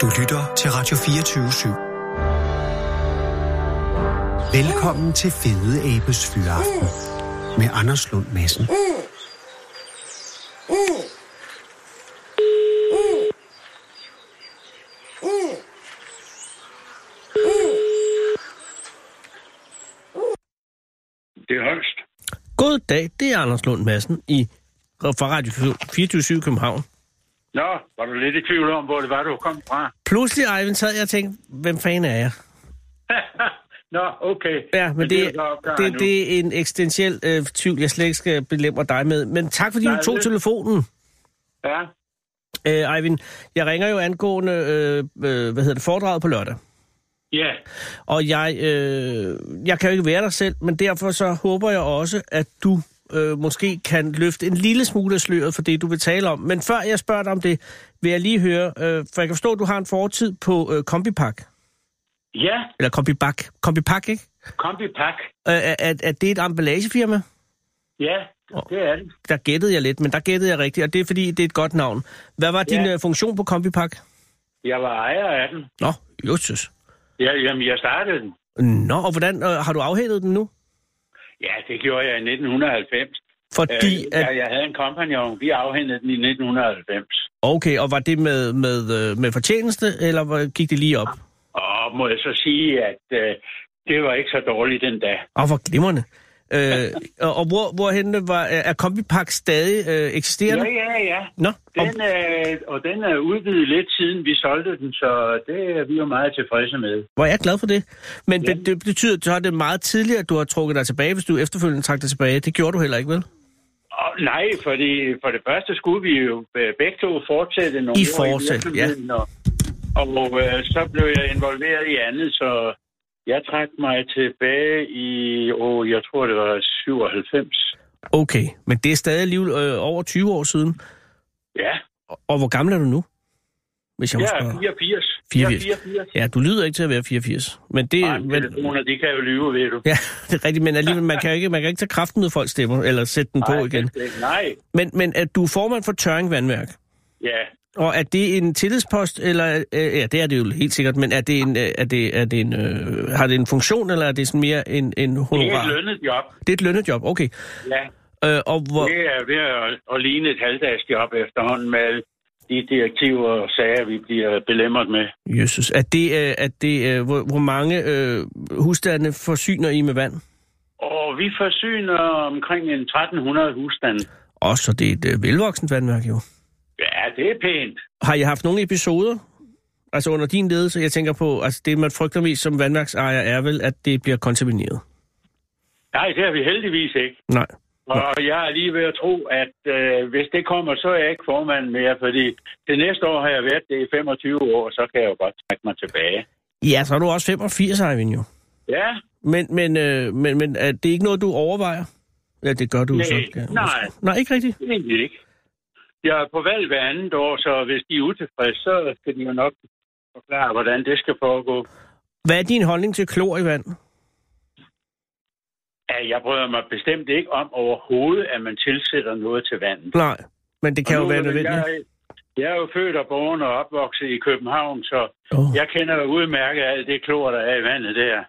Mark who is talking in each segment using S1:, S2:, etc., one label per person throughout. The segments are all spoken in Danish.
S1: Du lytter til Radio 24 /7. Velkommen til Fede Abes Fyraften med Anders Lund Madsen.
S2: Det er højst.
S3: God dag, det er Anders Lund Madsen i, øh, fra Radio 24 København.
S2: Nå, var du lidt i tvivl om, hvor det var, du kom fra?
S3: Pludselig, Eivind, sad jeg og tænkte, hvem fanden er jeg?
S2: Nå, okay.
S3: Ja, men
S2: er
S3: det,
S2: jo så opklaret nu.
S3: det, det er en eksistentiel øh, tvivl, jeg slet ikke skal belemre dig med. Men tak, fordi
S2: Nej,
S3: du tog
S2: det-
S3: telefonen,
S2: Ja,
S3: øh, Eivind. Jeg ringer jo angående, øh, øh, hvad hedder det, foredraget på lørdag.
S2: ja.
S3: Og jeg, øh, jeg kan jo ikke være der selv, men derfor så håber jeg også, at du øh, måske kan løfte en lille smule af sløret for det, du vil tale om. Men før jeg spørger dig om det, vil jeg lige høre, øh, for jeg kan forstå, at du har en fortid på øh, Kombipak.
S2: Ja,
S3: Eller Kombibak. Kombipak, ikke?
S2: kombipak.
S3: Øh, er, er, er det et emballagefirma?
S2: Ja, det er det.
S3: Der gættede jeg lidt, men der gættede jeg rigtigt, og det er fordi, det er et godt navn. Hvad var din
S2: Ja.
S3: øh, funktion på Kombipak?
S2: Jeg var ejer af den.
S3: Nå, justus.
S2: Ja, jamen, jeg startede den.
S3: Nå, og hvordan øh, har du afhældet den nu?
S2: Ja, det gjorde jeg i 1990.
S3: Fordi
S2: øh,
S3: at...
S2: jeg, jeg havde en kompagnon, vi afhændede den i 1990.
S3: Okay, og var det med, med, øh, med fortjeneste, eller hvor- gik det lige op?
S2: Og må jeg så sige, at øh, det var ikke så dårligt den dag.
S3: Åh, oh, hvor glimrende. Øh, og, og hvor, hvorhenne var, er Kombipak stadig øh, eksisterende?
S2: Ja, ja, ja.
S3: Nå, og,
S2: Den, øh, og den er udvidet lidt siden vi solgte den, så det er vi jo meget tilfredse med.
S3: hvor er jeg glad for det. Men
S2: Ja.
S3: det, det betyder, så er det meget tidligere, at du har trukket dig tilbage, hvis du efterfølgende trak dig tilbage. Det gjorde du heller ikke, vel?
S2: Og nej, fordi for det første skulle vi jo øh, begge to fortsætte nogle
S3: I
S2: år
S3: fortsætte,
S2: virksomheden, Og, og øh, så blev jeg involveret i andet, så jeg trak mig tilbage i, åh, jeg tror det var 97.
S3: Okay, men det er stadig alligevel øh, over 20 år siden.
S2: Ja,
S3: Og, og hvor gammel er du nu? Hvis jeg må
S2: jeg er
S3: spørge.
S2: 84.
S3: 84.
S2: Jeg er 84.
S3: Ja, du lyder ikke til at være 84. Men det,
S2: Ej,
S3: men,
S2: telefoner, de kan jo lyve, ved du.
S3: ja, det er rigtigt, men alligevel, man kan jo ikke, man kan ikke tage kraften ud af folks stemmer, eller sætte den
S2: Ej,
S3: på igen.
S2: det- Nej,
S3: Men, men at du er formand for Tøring Vandværk,
S2: ja.
S3: og er det en tillidspost, eller, øh, ja, det er det jo helt sikkert, men er det en, øh, er det, er det en, øh, har det en funktion, eller er det sådan mere en, en
S2: Det er
S3: honorar?
S2: et lønnet job.
S3: det er et lønnejob, okay.
S2: Ja.
S3: Øh, og hvor,
S2: Det er ved at, at ligne et halvdagsjob efterhånden med alle de direktiver og sager, vi bliver belemret med.
S3: Jesus, er det, øh, er det øh, hvor, hvor mange øh, husstande forsyner I med vand?
S2: Og vi forsyner omkring en 1300 husstande.
S3: Og så det er et øh, velvoksent vandværk, jo.
S2: Ja, det er pænt.
S3: Har I haft nogle episoder? Altså under din ledelse, jeg tænker på, altså det man frygter mest som vandværksejer er vel, at det bliver kontamineret.
S2: Nej, det har vi heldigvis ikke.
S3: Nej.
S2: Og jeg er lige ved at tro, at øh, hvis det kommer, så er jeg ikke formand mere, fordi det næste år har jeg været det i 25 år, så kan jeg jo godt trække mig tilbage.
S3: Ja, så er du også 85, Eivind, jo.
S2: Ja,
S3: Men, men, øh, men, men er det ikke noget, du overvejer? Ja, det gør du jo
S2: Nej,
S3: så. Ja,
S2: nej.
S3: måske. Nej, ikke rigtigt.
S2: det er egentlig ikke. Jeg er på valg hver andet år, så hvis de er utilfredse, så skal de jo nok forklare, hvordan det skal foregå.
S3: Hvad er din holdning til klor i vand?
S2: Ja, jeg bryder mig bestemt ikke om overhovedet, at man tilsætter noget til vandet.
S3: Nej, men det kan
S2: Og
S3: jo
S2: nu,
S3: være
S2: men
S3: nødvendigt.
S2: Jeg, jeg er jo født og borgen og opvokset i København, så
S3: Åh.
S2: jeg kender jo udmærket alt det klor, der er i vandet der.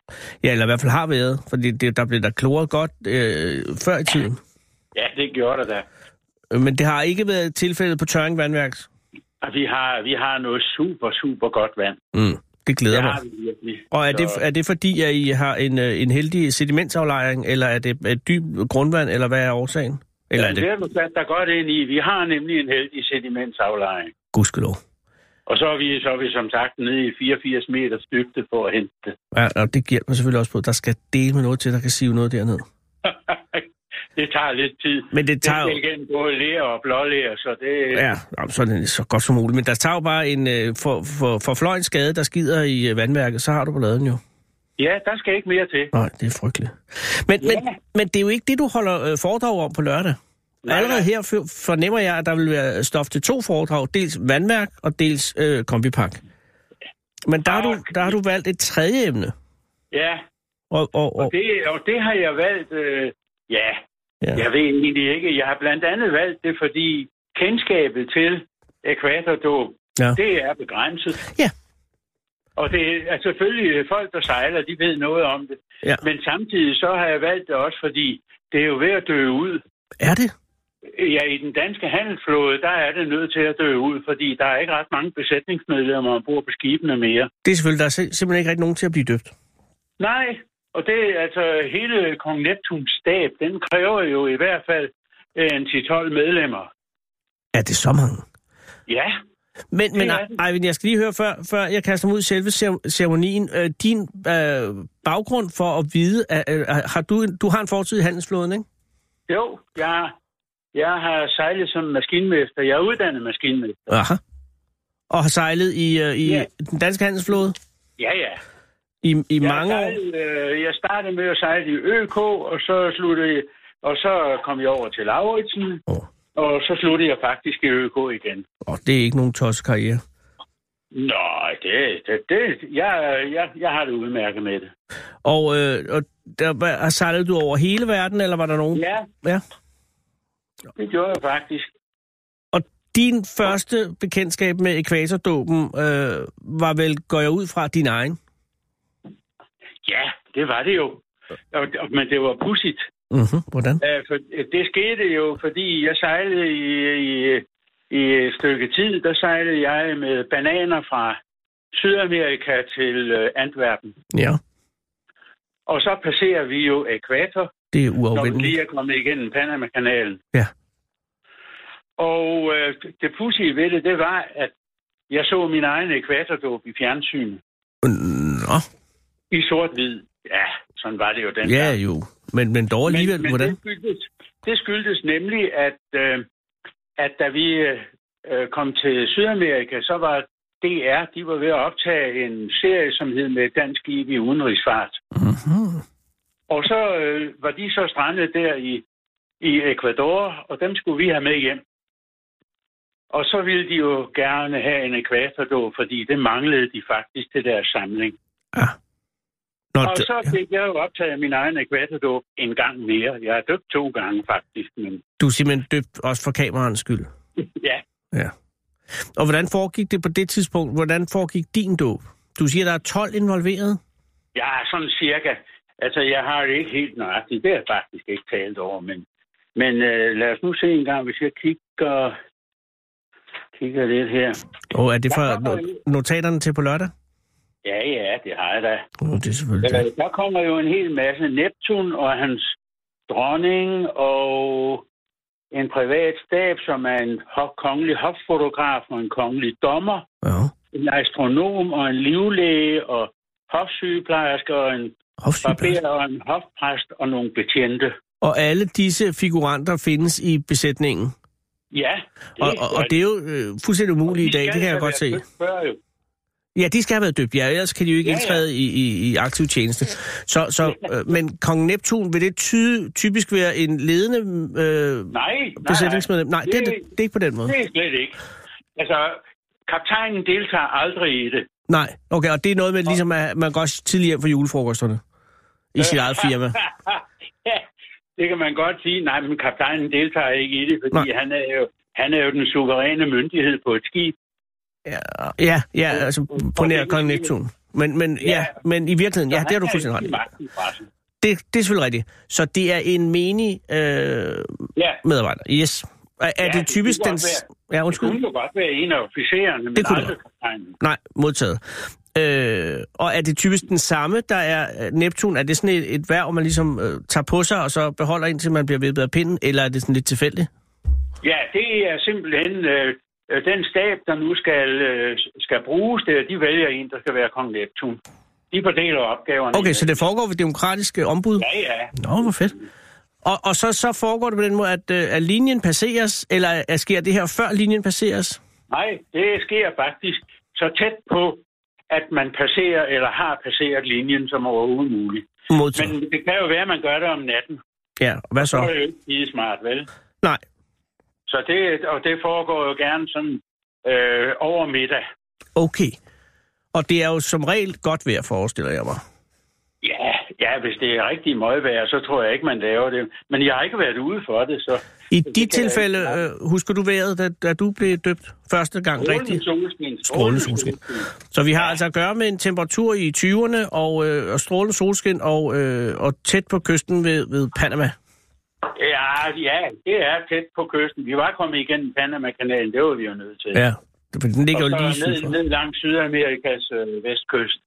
S3: Ja, eller i hvert fald har været, fordi det, der blev der kloret godt øh, før i tiden. Øh,
S2: Ja, det gjorde der da.
S3: Men det har ikke været tilfældet på Tøring Vandværks.
S2: Og vi har, vi har noget super, super godt vand.
S3: Mm, det glæder
S2: Det
S3: mig.
S2: har vi virkelig.
S3: Og er det,
S2: Så-
S3: er det fordi, at I har en, øh, en heldig sedimentsaflejring, eller er det et dyb grundvand, eller hvad er årsagen? Eller er
S2: Jamen, det
S3: det
S2: har du sat dig godt ind i. Vi har nemlig en heldig sedimentsaflejring.
S3: gudskelov?
S2: Og så er, vi, så er vi som sagt nede i 84 meters dybde for at hente det.
S3: Ja, og det giver mig selvfølgelig også på, at der skal dele med noget til, der kan sive noget derned.
S2: det tager lidt tid.
S3: Men det
S2: Det
S3: tager jo...
S2: skal igen både lære og blålære, så det...
S3: Ja, jamen, så er det så godt som muligt. Men der tager jo bare en øh, for, for, for fløjens skade, der skider i øh, vandværket, så har du balladen jo.
S2: Ja, der skal ikke mere til.
S3: Nej, det er frygteligt. Men,
S2: Ja.
S3: men, men det er jo ikke det, du holder øh, foredrag om på lørdag.
S2: Nej,
S3: Allerede
S2: nej.
S3: her for- fornemmer jeg, at der vil være stof til to foredrag. Dels vandværk og dels øh, kombipak. Men der har, du, der har du valgt et tredje emne.
S2: Ja,
S3: Og, og, og,
S2: og det, og det har jeg valgt... Øh, ja,
S3: ja.
S2: jeg ved egentlig ikke. Jeg har blandt andet valgt det, fordi kendskabet til ækvatordåb,
S3: Ja.
S2: det er begrænset.
S3: ja,
S2: Og det er selvfølgelig folk, der sejler, de ved noget om det.
S3: Ja.
S2: Men samtidig så har jeg valgt det også, fordi det er jo ved at dø ud.
S3: Er det?
S2: Ja, i den danske handelsflåde, der er det nødt til at dø ud, fordi der er ikke ret mange besætningsmedlemmer ombord på skibene mere.
S3: Det er selvfølgelig, der er sim- simpelthen ikke rigtig nogen til at blive døbt.
S2: Nej, og det er altså hele Kong Neptuns stab, den kræver jo i hvert fald øh, en 10-12 medlemmer.
S3: Er det så mange?
S2: Ja,
S3: Men, men
S2: Det er det.
S3: Eivind, jeg skal lige høre, før, før jeg kaster mig ud i selve cer- ceremonien. Øh, din øh, baggrund for at vide, at, øh, har du, en- du har en fortid i handelsflåden, ikke?
S2: jo, jeg, jeg har sejlet som maskinmester. Jeg er uddannet maskinmester.
S3: Aha. Og har sejlet i, øh, i
S2: Ja.
S3: den danske handelsflåde
S2: Ja, ja.
S3: i, i
S2: Jeg
S3: mange år.
S2: sejlede, øh, jeg startede med at sejle i ØK, og så sluttede og så kom jeg over til Lauritsen,
S3: Åh,
S2: og så sluttede jeg faktisk i ØK igen.
S3: oh, det er ikke nogen tosset karriere.
S2: Nå, det, det, det jeg, jeg, jeg har det udmærket med det.
S3: Og, øh, og der, var- har sejlet du over hele verden, eller var der nogen?
S2: Ja,
S3: ja.
S2: det gjorde jeg faktisk.
S3: Og din første bekendtskab med ekvatordåben øh, var vel, går jeg ud fra, din egen?
S2: Ja, det var det jo. Og, og- men det var pudsigt.
S3: Mhm, hvordan?
S2: Øh, for, øh, det skete jo, fordi jeg sejlede i, i, i et stykke tid. Der sejlede jeg med bananer fra Sydamerika til øh, Antwerpen.
S3: Ja,
S2: Og så passerer vi jo ækvator,
S3: det er
S2: når vi
S3: uafvendeligt.
S2: lige er kommet igennem Panama-kanalen.
S3: Ja.
S2: Og øh, det pudsige ved det, det var, at jeg så min egen ækvatordåb i fjernsynet.
S3: Nå,
S2: I sort-hvid. Ja, sådan var det jo den
S3: ja jo. Men, men dog alligevel,
S2: men
S3: hvordan?
S2: Det, skyldtes, det skyldtes nemlig, at, øh, at da vi øh, kom til Sydamerika, så var DR, de var ved at optage en serie, som hed med et dansk skib i udenrigsfart.
S3: Mhm.
S2: Og så øh, var de så strandet der i, i Ecuador, og dem skulle vi have med hjem. Og så ville de jo gerne have en ekvatordåb, fordi det manglede de faktisk til deres samling.
S3: Ja. Nå,
S2: Og
S3: d-
S2: så fik jeg jo optaget min egen ekvatordåb en gang mere. Jeg er døbt to gange faktisk, men
S3: du er simpelthen døbt også for kameraens skyld.
S2: ja.
S3: Ja. Og hvordan foregik det på det tidspunkt? Hvordan foregik din dåb? Du siger, der er 12 involveret?
S2: Jeg er sådan cirka... Altså, jeg har det ikke helt nøjagtigt. Det har jeg faktisk ikke talt over, men... Men øh, lad os nu se en gang, hvis jeg kigger... Kigger lidt her.
S3: Og er det
S2: Jeg
S3: fra
S2: kommer
S3: no-
S2: i-
S3: notaterne til på lørdag?
S2: Ja, ja, det har jeg da.
S3: Oh, det er selvfølgelig
S2: Øh,
S3: det.
S2: Der kommer jo en hel masse Neptun og hans dronning og en privat stab, som er en ho- kongelig hoffotograf og en kongelig dommer.
S3: Ja.
S2: en astronom og en livlæge og hofsygeplejerske og en
S3: Hofsygeplejerske.
S2: barber og en hofpræst og nogle betjente.
S3: Og alle disse figuranter findes i besætningen.
S2: Ja.
S3: Og, og, og det er jo øh, fuldstændig umuligt i dag, det kan
S2: altså
S3: jeg godt se.
S2: Før, jo.
S3: Ja, de skal have været døbt, ja, ellers kan de jo ikke
S2: Ja, ja.
S3: indtræde i, i, i aktiv tjeneste. Så, så, øh, men kong Neptun, vil det ty- typisk være en ledende øh,
S2: Nej, nej, nej,
S3: besætningsmedlem? Nej, det, er det, det er ikke på den måde.
S2: det er slet ikke. Altså, kaptajnen deltager aldrig i det.
S3: Nej, okay, og det er noget med, ligesom at man går tidligere hjem fra julefrokosterne i
S2: Øh.
S3: sit eget firma.
S2: ja, det kan man godt sige. Nej, men kaptajnen deltager ikke i det, fordi han er, jo, han er jo den suveræne myndighed på et skib.
S3: Ja, ja, ja altså på nær
S2: det-
S3: kong Neptun. Men, men, ja, men i virkeligheden, ja, det har du fuldstændig ret i.
S2: ret i.
S3: Det, det er selvfølgelig rigtigt. Så det er en menig øh,
S2: Ja,
S3: medarbejder, yes. Er, er
S2: Ja,
S3: det
S2: det
S3: typisk
S2: kunne
S3: den...
S2: godt
S3: Ja,
S2: det kunne
S3: undskyld.
S2: jo godt være en af officererne, men
S3: Det kunne det
S2: aldrig kaptajnen.
S3: Nej, modtaget. Øh, og er det typisk den samme, der er øh, Neptun? Er det sådan et, et værv, man ligesom øh, tager på sig, og så beholder indtil man bliver vedbet af pinden? Eller er det sådan lidt tilfældigt?
S2: Ja, det er simpelthen øh, øh, den stab, der nu skal, øh, skal bruges der, de vælger en, der skal være kong Neptun. De fordeler opgaverne.
S3: Okay, så det foregår ved demokratiske ombud?
S2: Ja, ja.
S3: Nå, hvor fedt. Og, og så, så foregår det på den måde, at, øh, at linjen passeres, eller øh, at sker det her før linjen passeres?
S2: Nej, det sker faktisk så tæt på, at man passerer eller har passeret linjen som overhovedet muligt.
S3: Modtaget.
S2: Men det kan jo være, at man gør det om natten.
S3: Ja, og hvad
S2: Så er
S3: så?
S2: det jo ikke lige smart, vel?
S3: Nej.
S2: Så det, og det foregår jo gerne sådan øh, over middag.
S3: Okay. Og det er jo som regel godt vejr, forestiller jeg mig.
S2: Ja, Ja, hvis det er rigtig møgvejr, så tror jeg ikke, man laver det. Men jeg har ikke været ude for det, så...
S3: I
S2: det
S3: dit
S2: kan jeg
S3: tilfælde,
S2: ikke snakke
S3: øh, husker du vejret, da, da du blev døbt første gang rigtigt?
S2: solskin.
S3: Strålende solskin. Så vi har altså at gøre med en temperatur i 20'erne og, øh, og strålende solskin og, øh, og tæt på kysten ved, ved Panama.
S2: Ja, ja, det er tæt på kysten. Vi var kommet igennem Panama-kanalen, det var vi jo nødt til.
S3: Ja, det- for den ligger jo
S2: og
S3: lige
S2: så ned,
S3: sydfor.
S2: ned langs Sydamerikas øh, vestkyst.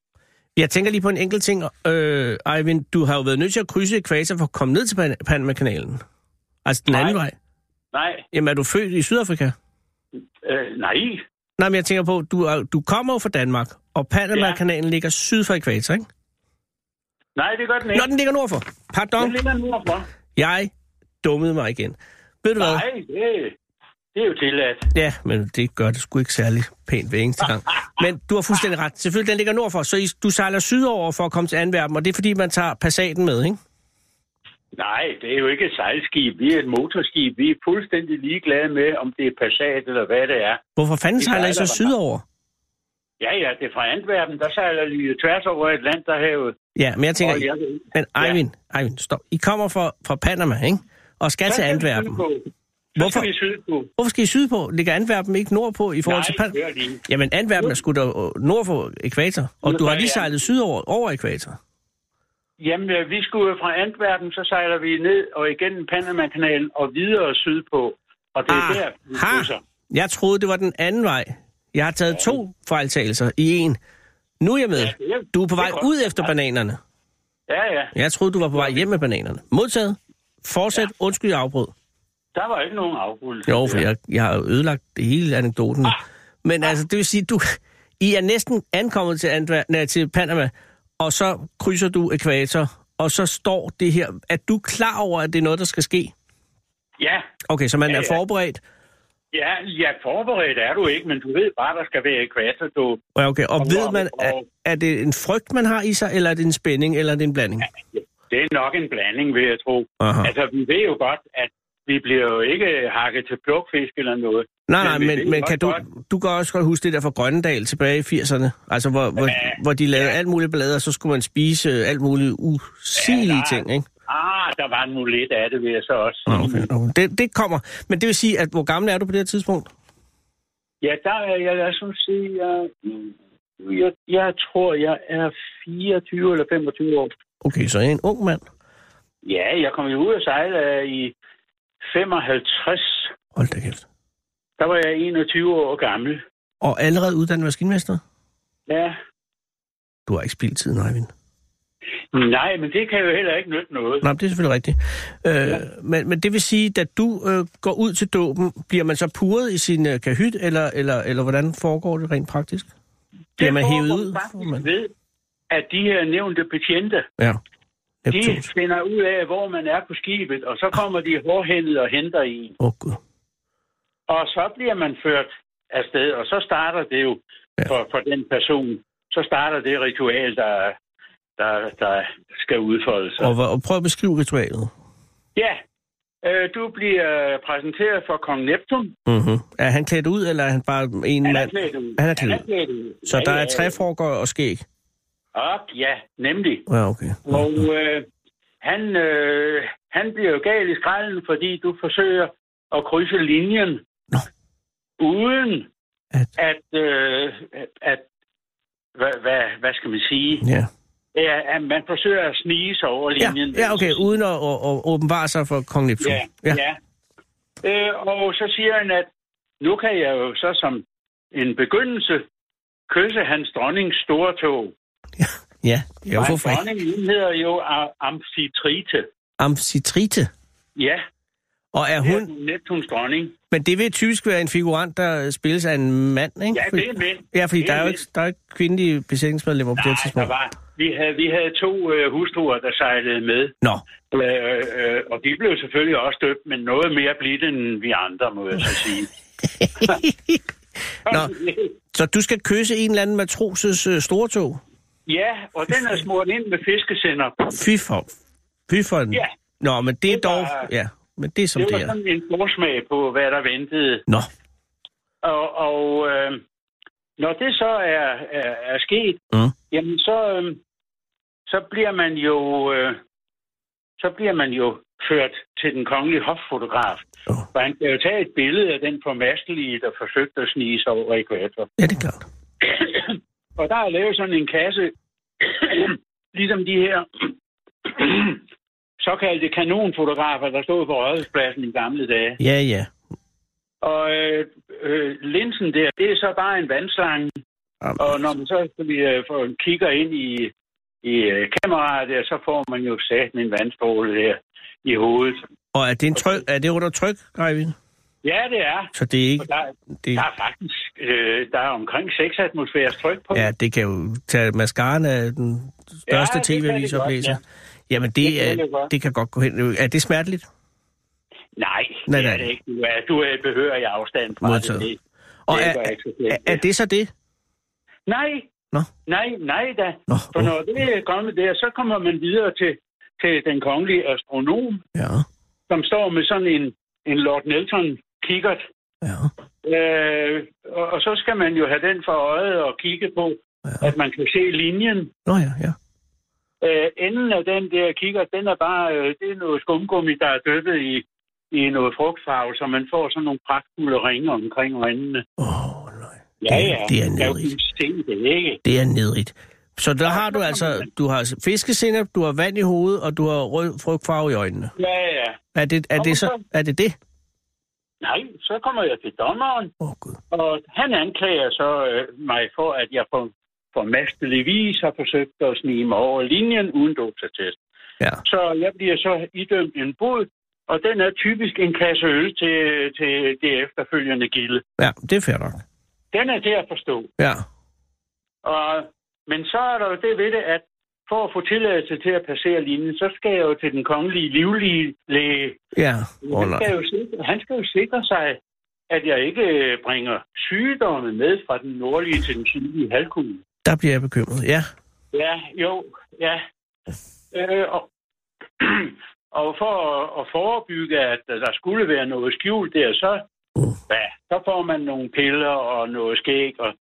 S3: Jeg tænker lige på en enkelt ting, øh, Eivind. Du har jo været nødt til at krydse ekvator for at komme ned til Pan- Panama-kanalen. Altså den
S2: Nej.
S3: anden vej.
S2: Nej,
S3: Jamen, er du født i Sydafrika?
S2: øh, nej.
S3: Nej, men jeg tænker på, du, er, du kommer jo fra Danmark, og Panama-kanalen ligger syd for ekvator, ikke?
S2: Nej, det gør den
S3: Nå,
S2: ikke.
S3: den ligger nordfor.
S2: Den
S3: Pardon,
S2: ligger nordfor.
S3: jeg dummede mig igen. Ved du hvad?
S2: Nej, det, det er jo tilladt.
S3: Ja, men det gør det sgu ikke særlig pænt hver eneste gang. Men du har fuldstændig ret. Selvfølgelig, den ligger nordfor, så I, du sejler sydover for at komme til Antwerpen, og det er fordi, man tager Passaten med, ikke?
S2: Nej, det er jo ikke et sejlskib. Vi er et motorskib. Vi er fuldstændig ligeglade med, om det er Passat eller hvad det er.
S3: Hvorfor fanden
S2: Vi
S3: sejler I så
S2: sejler bare.
S3: sydover?
S2: Ja, ja, det er fra Antwerpen. Der sejler vi tværs over Atlanterhavet.
S3: Ja, men jeg tænker,
S2: Og
S3: I-
S2: jeg ved ikke.
S3: men
S2: ja.
S3: Eivind, Eivind, stop. I kommer fra, fra Panama, ikke? Og skal til
S2: Så skal vi
S3: Altså Antwerpen.
S2: sydpå. Så
S3: Hvorfor?
S2: skal vi sydpå.
S3: Hvorfor skal I sydpå? Ligger Antwerpen ikke nordpå i forhold
S2: Nej,
S3: til
S2: det
S3: Panama?
S2: gør de ikke.
S3: Jamen, Antwerpen er sgu da øh, nord for ekvator, og
S2: Nå,
S3: du har lige
S2: ja.
S3: sejlet sydover over ekvator.
S2: Jamen, øh, vi skulle jo fra Antwerpen, så sejler vi ned og igennem Panama-kanalen og videre sydpå. Og det er
S3: Ah,
S2: der, vi
S3: ha.
S2: krydser.
S3: Jeg troede, det var den anden vej. Jeg har taget to fejltagelser i en. Nu er jeg med.
S2: det er-
S3: Du er på
S2: det er
S3: vej
S2: godt.
S3: ud efter bananerne.
S2: Ja, ja.
S3: Jeg troede, du var på vej hjem med bananerne. Modtaget. Fortsæt. Undskyld, jeg afbrød.
S2: Der var ikke nogen afbrydelse.
S3: Jo, for jeg, jeg har jo ødelagt det hele anekdoten.
S2: Ah.
S3: nu. Men altså, det vil sige, du, I er næsten ankommet til, Antwer- nej, til Panama, og så krydser du ekvator, og så står det her. Er du klar over, at det er noget, der skal ske?
S2: Ja,
S3: Okay, så man
S2: Ja,
S3: er
S2: ja.
S3: forberedt.
S2: ja, ja, forberedt er du ikke, men du ved bare, der skal være ekvatordåb.
S3: Ja, Okay, og
S2: Og
S3: ved
S2: hvor-
S3: man, er,
S2: og-
S3: er det en frygt, man har i sig, eller er det en spænding, eller er det en blanding?
S2: Det er nok en blanding, vil jeg tro.
S3: Aha.
S2: Altså, vi ved jo godt, at vi bliver jo ikke hakket til plukfisk eller noget.
S3: Nej, nej,
S2: vi ved
S3: men,
S2: jo
S3: men
S2: godt
S3: kan du,
S2: godt-
S3: du kan også godt huske det der fra Grønnedal tilbage i 80'erne, altså hvor, hvor, hvor de lavede alt muligt ballade, og så skulle man spise øh, alt muligt usigelige
S2: Ja,
S3: ting, ikke?
S2: Ah, der var nu lidt af det, vil jeg så også
S3: Nå,
S2: sige.
S3: Ah, okay. Nå, Det, det kommer. Men det vil sige, at hvor gammel er du på det her tidspunkt?
S2: Ja, der er jeg, lad os nu sige, jeg, jeg, jeg tror, jeg er 24 eller 25 år.
S3: Okay, så er jeg en ung mand.
S2: Ja, jeg kom jo ud og sejle øh, i 55.
S3: Hold da kæft.
S2: Der var jeg 21 år gammel.
S3: Og allerede uddannet maskinmester?
S2: Ja.
S3: Du har ikke spildt tiden, Eivind.
S2: Nej, men det kan jo heller ikke nytte noget.
S3: Nej, men det er selvfølgelig rigtigt. Øh, men, men det vil sige, at du øh, går ud til dåben, bliver man så puret i sin øh, kahyt, eller, eller, eller hvordan foregår det rent praktisk? Bliver
S2: Det
S3: man hævet
S2: foregår
S3: ud? Får
S2: Faktisk
S3: man-
S2: ved, at de her nævnte betjente,
S3: Ja.
S2: de
S3: Neptuns.
S2: finder ud af, hvor man er på skibet, og så kommer de hårdhændet og henter en.
S3: Åh, oh, Gud.
S2: Og så bliver man ført afsted, og så starter det jo
S3: Ja.
S2: for, for den person. Så starter det ritual, der, der, der skal udfolde sig.
S3: Og, hvor- og prøv at beskrive ritualet.
S2: Ja, øh, du bliver præsenteret for kong Neptun.
S3: Mm-hmm. Er han klædt ud, eller er han bare en
S2: Han er
S3: mand?
S2: klædt ud.
S3: Han er klædt ud.
S2: ud.
S3: Så
S2: Ja,
S3: der
S2: ja,
S3: er
S2: ja.
S3: træforker og skæg?
S2: Op, ja, nemlig.
S3: Ja, okay.
S2: Og øh, han, øh, han bliver jo gal i skralden, fordi du forsøger at krydse linjen,
S3: Nå.
S2: uden
S3: At,
S2: at, øh, at hvad, hvad, hvad skal man sige?
S3: ja.
S2: Ja, at man forsøger at snige sig over
S3: Ja,
S2: linjen.
S3: ja, okay, uden at, at, at åbenbare sig for kong Neptun.
S2: Ja, ja. ja. Øh, og så siger han, at nu kan jeg jo så som en begyndelse kysse hans dronnings store tog.
S3: ja. ja hvorfor ikke?
S2: dronning hun hedder jo A- Amfitrite.
S3: Amfitrite.
S2: Ja,
S3: Og er
S2: det
S3: hun...
S2: er Neptuns dronning.
S3: Men det vil typisk være en figurant, der spilles af en mand, ikke?
S2: Ja, det er mænd.
S3: Ja, fordi
S2: Det
S3: der er, jo
S2: mænd.
S3: ikke, der er ikke kvindelige besætningsmedlemmer på det her
S2: Nej,
S3: tidspunkt.
S2: der var. Vi havde, vi havde to øh, hustruer, der sejlede med.
S3: Nå,
S2: Øh, øh, og de blev selvfølgelig også døbt, men noget mere blidt end vi andre, må jeg så sige.
S3: Nå. så du skal kysse en eller anden matroses øh, stortog?
S2: Ja, og den er smurt ind med fiskesender.
S3: Fy for... Fy for en...
S2: Ja.
S3: Nå, men det er
S2: Det var-
S3: dog... Ja, men det er som
S2: Det
S3: det,
S2: var
S3: er.
S2: sådan en forsmag på, hvad der ventede.
S3: Nå,
S2: Og, og øh, når det så er, er, er sket,
S3: Mm.
S2: jamen så, øh, så bliver man jo øh, så bliver man jo ført til den kongelige hoffotograf.
S3: Åh.
S2: For han kan jo tage et billede af den formastelige, der forsøgte at snige sig over ekvator.
S3: Ja, det er klart.
S2: Og der er lavet sådan en kasse, ligesom de her såkaldte kanonfotografer, der stod på Rådhuspladsen i gamle dage.
S3: Ja, ja.
S2: Og øh, øh, linsen der, det er så bare en vandslange.
S3: Jamen,
S2: Og når man så øh, får- kigger ind i, i øh, kameraet der, så får man jo sat en vandstråle der i hovedet.
S3: Og er det, en tryk, er det under tryk, Eivind?
S2: Ja, det er.
S3: Så det er
S2: Og
S3: ikke...
S2: der,
S3: Det,
S2: der er faktisk øh, der er omkring 6 atmosfæres tryk på.
S3: ja, det kan jo tage mascaraen af den største
S2: Ja, det kan det
S3: tv-avisoplæser.
S2: godt,
S3: Jamen,
S2: Det
S3: det,
S2: kan
S3: er,
S2: det godt.
S3: det kan godt gå hen. Er det smerteligt?
S2: Nej, nej,
S3: Nej,
S2: det
S3: nej.
S2: er det ikke. Du er, du er behøver i afstand fra
S3: Modtaget.
S2: det.
S3: Og
S2: Det
S3: er,
S2: gør jeg ikke så slemt,
S3: er, er
S2: ja.
S3: det så det?
S2: Nej,
S3: Nå.
S2: nej, nej da.
S3: Nå,
S2: For når det er kommet der, så kommer man videre til, til den kongelige astronom,
S3: ja,
S2: som står med sådan en, en Lord Nelson-kikkert.
S3: ja.
S2: Øh, og, og så skal man jo have den for øjet og kigge på,
S3: Ja.
S2: ja. at man kan se linjen.
S3: Nå ja, ja.
S2: Øh, enden af den der kigger, den er bare, øh, det er noget skumgummi, der er dyppet i, i noget frugtfarve, så man får sådan nogle pragtfulde ringe omkring øjnene.
S3: Åh, oh, nej.
S2: Ja,
S3: Det-
S2: ja.
S3: det er
S2: Jeg
S3: nedrigt.
S2: kunne se det, ikke?
S3: Det er nedrigt. Så der har
S2: så
S3: du
S2: kommer
S3: altså,
S2: den.
S3: du har fiskesinep, du har vand i hovedet, og du har rød frugtfarve i øjnene.
S2: Ja, ja.
S3: Er det, er det, så, er det, det?
S2: Nej, så kommer jeg til dommeren,
S3: Åh, oh, Gud.
S2: og han anklager så øh, mig for, at jeg på formastelig vis har forsøgt at snige mig over linjen uden dopsatest.
S3: Ja.
S2: Så jeg bliver så idømt en bod, og den er typisk en kasse øl til, til det efterfølgende gilde.
S3: Ja, det er fair nok.
S2: Den er til at forstå.
S3: Ja.
S2: Og, men så er der jo det ved det, at for at få tilladelse til at passere linjen, så skal jeg jo til den kongelige livlige læge.
S3: Ja. Åh, oh,
S2: Han skal,
S3: nej.
S2: jo sikre, han skal jo sikre sig, at jeg ikke øh, bringer sygdomme med fra den nordlige til den sydlige halvkugle.
S3: Der bliver jeg bekymret. Ja.
S2: Ja, jo, ja. Øh, og, og for at, at forebygge, at der skulle være noget skjult der, så,
S3: Uh.
S2: ja, så får man nogle piller og noget skæg og,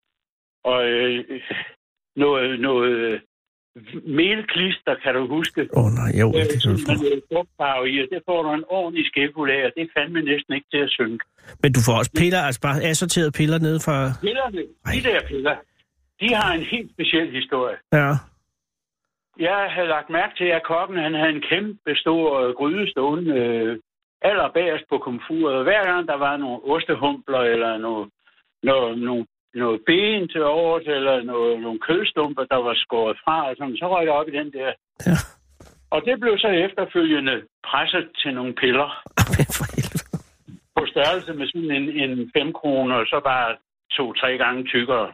S2: og øh, noget, noget øh, melklister, kan du huske.
S3: Åh, oh, nej. Jo, det kan
S2: Øh,
S3: du
S2: med
S3: få.
S2: noget frugtfarve i, og det får du en ordentlig skæfuld af, og det er fandme næsten ikke til at synke.
S3: Men du får også piller, altså bare assorterede piller nede fra...
S2: Pillerne, de
S3: Ej.
S2: der piller, de har en helt speciel historie.
S3: Ja.
S2: Jeg havde lagt mærke til, at kokken han havde en kæmpe stor øh, gryde stående øh, allerbærest på komfuret. Hver gang der var nogle ostehumpler eller nogle, noget, nogle, noget ben til overs, eller noget, nogle kødstumper, der var skåret fra, og sådan, så røg det op i den der.
S3: Ja.
S2: Og det blev så efterfølgende presset til nogle piller
S3: Men for helvede.
S2: på størrelse med sådan en, en 5 kroner, og så bare to-tre gange tykkere.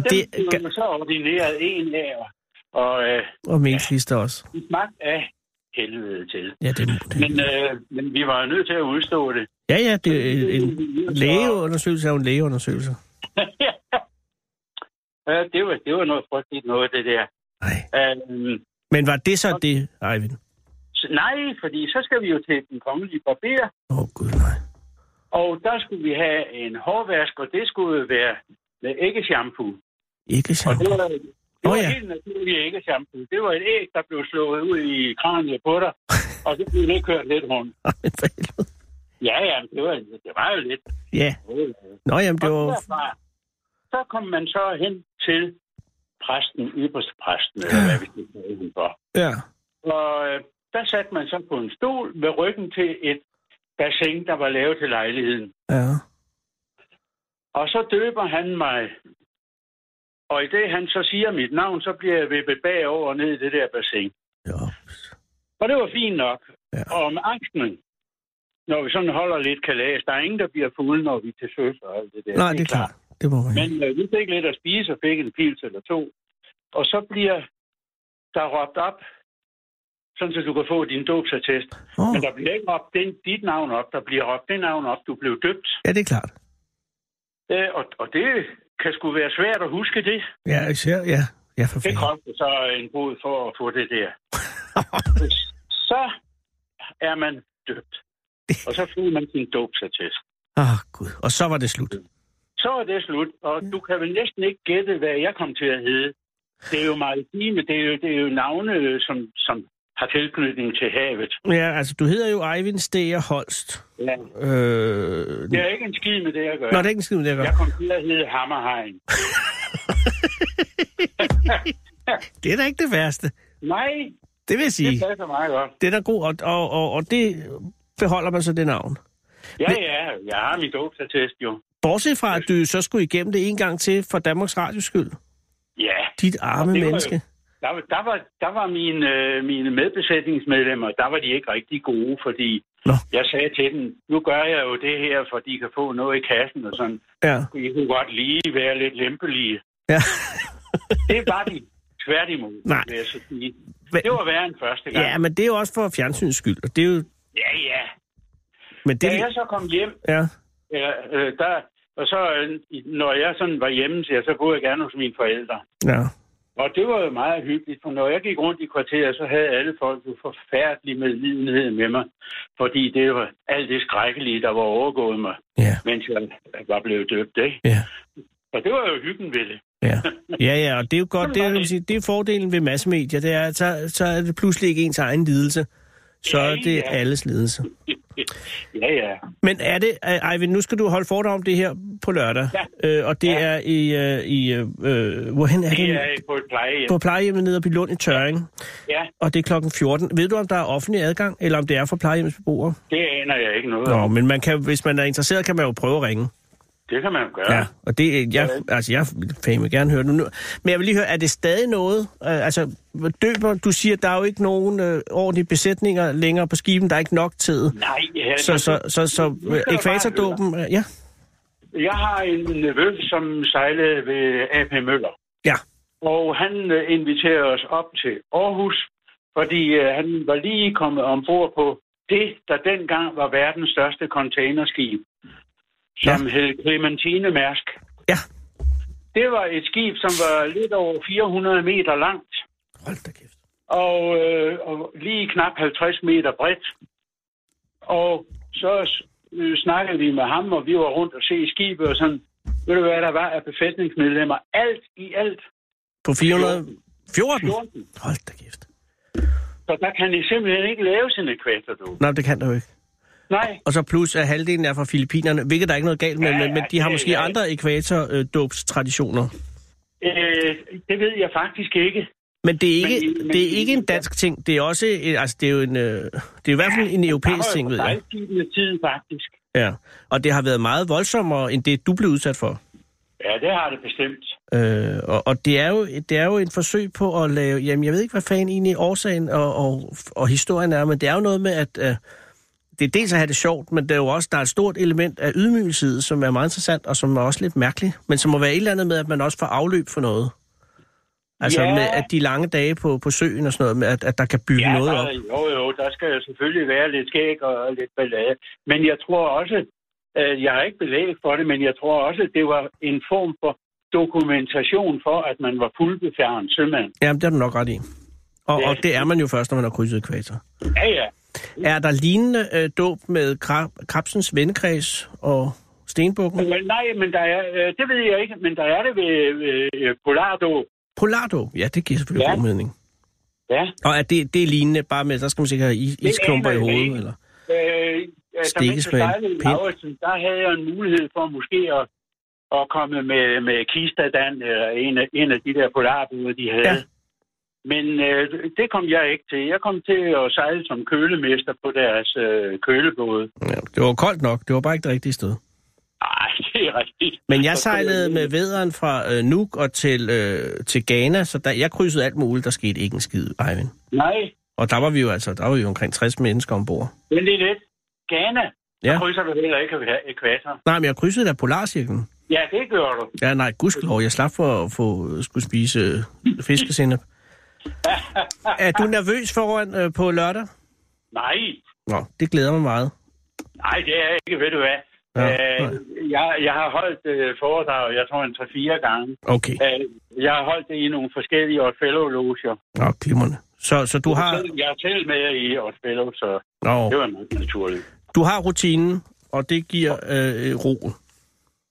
S2: og
S3: det...
S2: dem blev man så ordineret en af, og øh,
S3: Og menklister også.
S2: de smagte af helvede til.
S3: Ja, det må det.
S2: Men, øh, men vi var jo nødt til at udstå det.
S3: Ja, ja, det er Øh, en- en lægeundersøgelse er jo en lægeundersøgelse.
S2: Ja, det var, det var noget frygteligt noget, det der.
S3: Nej.
S2: Øhm,
S3: Men var det så det, Eivind?
S2: så- nej, fordi så skal vi jo til den kongelige barber,
S3: Åh, oh, gud nej.
S2: og der skulle vi have en hårvask, og det skulle jo være med æggeshampoo.
S3: Ikke så.
S2: Og det var, det var
S3: Åh,
S2: oh,
S3: ja.
S2: ja. helt naturligt æggeshampoo. Det var et æg, der blev slået ud i kraniet på dig, og så blev det kørt lidt rundt.
S3: Men for helvede.
S2: Ja, ja, det var, det var jo lidt.
S3: Ja. Nå, jamen, det
S2: Og
S3: var...
S2: derfra, så kom man så hen til præsten, ypperste præsten, eller hvad vi skal kalde den for.
S3: Ja.
S2: Og øh, der satte man så på en stol med ryggen til et bassin, der var lavet til lejligheden.
S3: Ja.
S2: Og så døber han mig. Og i det, han så siger mit navn, så bliver jeg vippet bagover ned i det der bassin.
S3: Ja.
S2: Og det var fint nok.
S3: Ja.
S2: Og om aftenen, når vi sådan holder lidt kalas, der er ingen, der bliver fulde, når vi er til søs og alt det der.
S3: Nej, det er klart. Det må man
S2: Men øh, vi fik lidt at spise og fik en pils eller to. Og så bliver der råbt op, sådan at du kan få din dopsattest.
S3: Åh,
S2: Men der bliver ikke råbt den, dit navn op, der bliver råbt det navn op, du blev døbt.
S3: ja, det er klart.
S2: Øh, og, og det kan sgu være svært at huske det.
S3: Ja, især, ja. Ja, for
S2: Det
S3: fanden.
S2: koster så en bod for at få det der. så er man døbt. Og så får man sin dopsattest.
S3: Åh, oh, gud. Og så var det slut.
S2: Så er det slut, og du kan vel næsten ikke gætte, hvad jeg kom til at hedde. Det er jo maritime, det er jo, det er jo navne, øh, som, som har tilknytning til havet.
S3: Ja, altså, du hedder jo Eivind Steger Holst.
S2: Ja.
S3: Øh,
S2: Det er ikke en skid med det, jeg gør.
S3: Nå, det er ikke en skid, det jeg
S2: Jeg
S3: gør.
S2: kom til at hedde Hammerhegn.
S3: Det er da ikke det værste.
S2: Nej,
S3: Det vil jeg
S2: det
S3: sige.
S2: passer meget godt.
S3: Det er da god, og, og, og, og det beholder man så det navn.
S2: Ja, ja, jeg har min dopstatest jo.
S3: Bortset fra, at du så skulle igennem det en gang til for Danmarks Radios skyld.
S2: Ja,
S3: Dit arme
S2: Og det var jo-
S3: menneske.
S2: der, var- der, var, der var mine, øh, mine medbesætningsmedlemmer, der var de ikke rigtig gode, fordi
S3: Nå.
S2: jeg sagde til dem, nu gør jeg jo det her, for de kan få noget i kassen og sådan.
S3: Ja.
S2: I kunne godt lige være lidt lempelige.
S3: ja.
S2: Det var de tværtimod,
S3: Nej.
S2: vil jeg så sige.
S3: Men-
S2: Det var værre end første gang.
S3: ja, men det er jo også for fjernsyns skyld. Og det er jo,
S2: ja. ja.
S3: men
S2: Da
S3: det,
S2: jeg så kom hjem,
S3: ja.
S2: Ja, øh, der, og så, øh, når jeg sådan var hjemme, så, så boede jeg gerne hos mine forældre.
S3: ja.
S2: Og det var jo meget hyggeligt, for når jeg gik rundt i kvarteret, så havde alle folk jo forfærdelig medlidenhed med mig, fordi det var alt det skrækkelige, der var overgået mig,
S3: Ja,
S2: mens jeg var blevet døbt, ikke?
S3: ja.
S2: Og det var jo hyggen ved det.
S3: Ja. ja, ja, og det er jo godt, det er, det, sige, det er fordelen ved massemedier, det er, at så, så er det pludselig ikke ens egen lidelse, så
S2: Ja,
S3: er det
S2: ja.
S3: alles lidelse.
S2: Ja, ja.
S3: Men er det, Ej- Eivind, nu skal du holde foredrag om det her på lørdag,
S2: Ja.
S3: øh, og det
S2: Ja.
S3: er i, øh, i øh, hvorhen er
S2: Det
S3: det?
S2: er på et plejehjem.
S3: På plejehjemmet nede oppe i Lund i Tøring,
S2: Ja,
S3: og det er klokken 14. Ved du, om der er offentlig adgang, eller om det er for plejehjemsbeboere?
S2: det aner jeg ikke noget
S3: Nå,
S2: om.
S3: men man kan, hvis man er interesseret, kan man jo prøve at ringe.
S2: Det kan man jo gøre.
S3: Ja, og det, jeg, altså, jeg vil fandme gerne høre det nu. Men jeg vil lige høre, er det stadig noget? Øh, altså, døber, du siger, der er jo ikke nogen øh, ordentlige besætninger længere på skiben, der er ikke nok tid.
S2: Nej, ja,
S3: Så, så, så, så
S2: altså, Nu skal
S3: øh,
S2: du
S3: ekvatordåben, øh, ja,
S2: Jeg har en nevø, som sejlede ved AP Møller.
S3: Ja.
S2: Og han øh, inviterede os op til Aarhus, fordi øh, han var lige kommet ombord på det, der dengang var verdens største containerskib, som ja. hed Clementine Mærsk.
S3: Ja.
S2: Det var et skib, som var lidt over 400 meter langt
S3: hold da kæft.
S2: og, øh, og lige knap 50 meter bredt. Og så øh, snakkede vi med ham, og vi var rundt og se skibet og sådan. Ved du hvad der var af befæstningsmedlemmer? Alt i alt
S3: På 414?
S2: 14.
S3: Hold da kæft.
S2: Så der kan I simpelthen ikke lave sine kvæster, du.
S3: Nej, det kan der jo ikke.
S2: Nej,
S3: Og så plus, at halvdelen er fra Filippinerne, hvilket der er ikke noget galt med,
S2: Ja,
S3: men, men de har
S2: det-
S3: måske
S2: ja.
S3: andre ekvatordåbstraditioner.
S2: øh, det ved jeg faktisk ikke.
S3: Men det er ikke,
S2: Men- men-
S3: det er ikke en dansk ting. Det er også, øh, altså det er jo en, øh, det er i hvert fald en europæisk ting, ved jeg.
S2: jeg. tid, faktisk.
S3: Ja. Og det har været meget voldsommere, end det du blev udsat for.
S2: Ja, det har det bestemt.
S3: Øh, og, og det, er jo, det er jo et forsøg på at lave... Jamen, jeg ved ikke, hvad fanden egentlig årsagen og, og, og historien er, men det er jo noget med, at øh, det er dels at have det sjovt, men der er jo også der er et stort element af ydmygelse, i det, som er meget interessant, og som er også lidt mærkelig, men som må være et eller andet med, at man også får afløb for noget. Altså
S2: Ja.
S3: med at de lange dage på, på søen og sådan noget, med at, at der kan bygge noget
S2: der,
S3: op.
S2: Jo, jo, der skal jo selvfølgelig være lidt skæg og lidt ballade. Men jeg tror også, øh, jeg har ikke belæg for det, men jeg tror også, det var en form for dokumentation for, at man var fuldbefærden sømand.
S3: Jamen, det har du nok ret i. Og,
S2: Ja.
S3: og det er man jo først, når man har krydset ekvator.
S2: Ja, ja.
S3: Er der lignende øh, dåb med Krab, Krabsens vennekreds og Stenbukken?
S2: Men, nej, men der er, øh, det ved jeg ikke, men der er det ved, ved øh, Polardo.
S3: Polardo, ja, det giver selvfølgelig ja.
S2: Ja.
S3: god mening.
S2: Ja.
S3: Og er det, det er lignende, bare med, der skal man sikkert have is,
S2: er
S3: isklumper i
S2: en af
S3: hovedet,
S2: væggene.
S3: eller?
S2: Øh, altså,
S3: Stikkes
S2: mens jeg
S3: med en
S2: sejlede i
S3: pind.
S2: Lauritsen, der havde jeg en mulighed for måske at, at komme med, med Kistadan, eller en af, en af de der polarbuder, de havde.
S3: Ja.
S2: Ja. Men øh, det kom jeg ikke til. Jeg kom til at sejle som kølemester på deres øh, kølebåde.
S3: Ja, det var koldt nok, det var bare ikke det rigtige sted.
S2: Nej, det er rigtigt.
S3: Men jeg
S2: Så skulle
S3: sejlede
S2: jeg-
S3: med vederen fra øh, Nuuk og til, øh, til Ghana, så der, jeg krydsede alt muligt, der skete ikke en skid, Eivind.
S2: Nej,
S3: Og der var vi jo altså, der var vi jo omkring 60 mennesker ombord.
S2: men det er lidt. Ghana, ja.
S3: Ja.
S2: der krydser du heller ikke ekvator.
S3: Nej, men jeg krydsede da Polarcirklen.
S2: Ja, det gør du.
S3: Ja, nej, gudskelov, jeg slap for at få, skulle spise øh, fiskesennep. er du nervøs foran øh, på lørdag?
S2: Nej,
S3: Nå, det glæder mig meget.
S2: nej, det er jeg ikke, ved du hvad.
S3: Ja,
S2: Ja,
S3: nej.
S2: øh, jeg, jeg har holdt øh, foredrag, jeg tror en 3-4 gange.
S3: Okay,
S2: Øh, Jeg har holdt det i nogle forskellige Odd Fellow-loger.
S3: nå, glimrende. Så, så du, har,
S2: Jeg er selv med i Odd Fellow, så det
S3: nå,
S2: var nok naturligt.
S3: du har rutinen, og det giver øh, roen.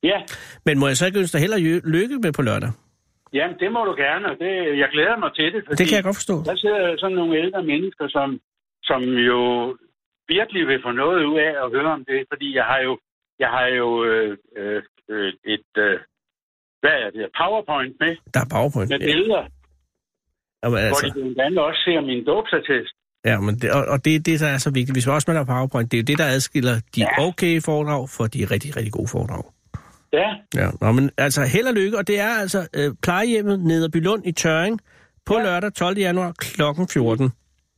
S2: Ja,
S3: Men må jeg så ikke ønske dig held og ly- lykke med på lørdag?
S2: Jamen, det må du gerne, og det, jeg glæder mig til det. Fordi
S3: Det kan jeg godt forstå.
S2: Der sidder sådan nogle ældre mennesker, som, som jo virkelig vil få noget ud af at høre om det, fordi jeg har jo, jeg har jo øh, øh, øh, et, øh, hvad er det, PowerPoint med,
S3: Der er PowerPoint.
S2: med
S3: Ja,
S2: billeder,
S3: Jamen,
S2: altså. hvor
S3: altså,
S2: de blandt andet også ser min dåbsattest.
S3: ja, men det, og, og det er det, der er så vigtigt. Hvis vi også med der PowerPoint, det er jo det, der adskiller de okay foredrag fra de rigtig, rigtig gode foredrag.
S2: Ja,
S3: Ja, nå, men altså held og lykke, og det er altså øh, plejehjemmet nede by Lund i Tøring på ja. lørdag 12. januar kl. 14.